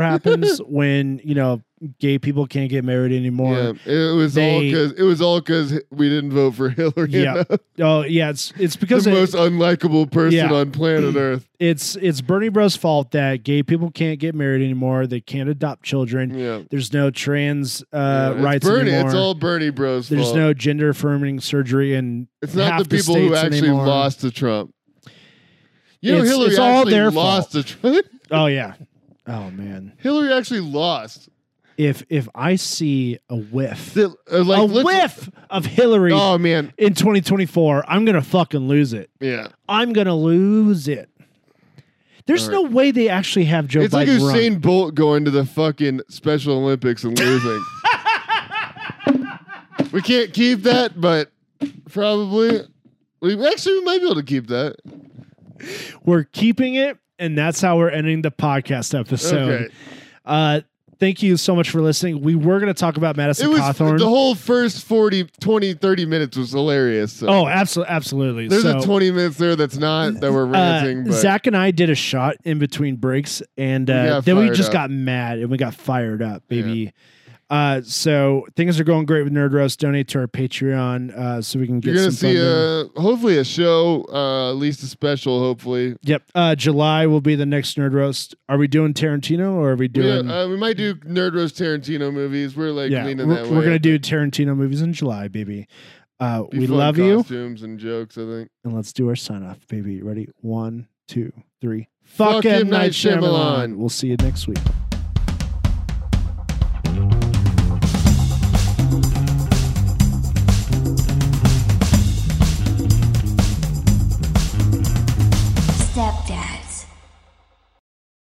Speaker 2: happens, when you know gay people can't get married anymore.
Speaker 1: Yeah, it was all
Speaker 2: they-
Speaker 1: because it was all because we didn't vote for Hillary.
Speaker 2: Yeah,
Speaker 1: enough.
Speaker 2: Oh yeah, it's it's
Speaker 1: the
Speaker 2: because it-
Speaker 1: most unlikable person
Speaker 2: Yeah.
Speaker 1: on planet Earth.
Speaker 2: it's it's Bernie Bros' fault that gay people can't get married anymore. They can't adopt children.
Speaker 1: Yeah,
Speaker 2: There's no trans uh,
Speaker 1: Yeah,
Speaker 2: rights
Speaker 1: It's Bernie.
Speaker 2: anymore.
Speaker 1: It's all Bernie Bros.
Speaker 2: There's
Speaker 1: fault.
Speaker 2: no gender affirming surgery, and
Speaker 1: It's not
Speaker 2: half
Speaker 1: the people who
Speaker 2: states
Speaker 1: actually
Speaker 2: anymore.
Speaker 1: lost to Trump. You know,
Speaker 2: It's-
Speaker 1: Hillary
Speaker 2: it's all
Speaker 1: actually
Speaker 2: their
Speaker 1: lost to Trump.
Speaker 2: Oh yeah. Oh man.
Speaker 1: Hillary actually lost.
Speaker 2: If if I see a whiff,
Speaker 1: The- uh, like,
Speaker 2: a
Speaker 1: let's-
Speaker 2: whiff of Hillary
Speaker 1: Oh man,
Speaker 2: in 2024, I'm gonna fucking lose it.
Speaker 1: yeah.
Speaker 2: I'm gonna lose it. There's
Speaker 1: All
Speaker 2: no way they actually have Joe
Speaker 1: It's like
Speaker 2: Biden run.
Speaker 1: Usain Bolt going to the fucking Special Olympics and losing. we can't keep that, but probably we actually we might be able to keep that.
Speaker 2: We're keeping it, and that's how we're ending the podcast episode.
Speaker 1: Okay.
Speaker 2: Uh, Thank you so much for listening. We were going to talk about
Speaker 1: It
Speaker 2: Madison
Speaker 1: was
Speaker 2: Cawthorn.
Speaker 1: the whole first 40, 20, 30 minutes was hilarious. So.
Speaker 2: oh, absolutely, absolutely.
Speaker 1: There's
Speaker 2: so,
Speaker 1: a 20 minutes there that's not that we're
Speaker 2: uh,
Speaker 1: ranting, but
Speaker 2: Zach and I did a shot in between breaks, and uh,
Speaker 1: got
Speaker 2: then we
Speaker 1: fired
Speaker 2: just
Speaker 1: up.
Speaker 2: got mad and we got fired up, baby. Uh, so things are going great with Nerd Roast. Donate to our Patreon uh, so we can get
Speaker 1: you're gonna
Speaker 2: some
Speaker 1: see uh,
Speaker 2: funding.
Speaker 1: a hopefully a show, uh, at least a special. Hopefully,
Speaker 2: Yep. Uh, July will be the next Nerd Roast. Are we doing Tarantino or are we
Speaker 1: we,
Speaker 2: doing?
Speaker 1: uh, we might do Nerd Roast Tarantino movies. We're like
Speaker 2: yeah,
Speaker 1: leaning
Speaker 2: we're,
Speaker 1: that way.
Speaker 2: we're gonna do Tarantino movies in July, baby. Uh,
Speaker 1: Be
Speaker 2: we
Speaker 1: fun
Speaker 2: love you,
Speaker 1: costumes and jokes. I think.
Speaker 2: and let's do our sign off, baby. Ready? One, two, three.
Speaker 1: Fuck
Speaker 2: Fuck
Speaker 1: him,
Speaker 2: M. Night
Speaker 1: Night
Speaker 2: Shyamalan.
Speaker 1: Shyamalan.
Speaker 2: We'll see you next week.
Speaker 3: Step down.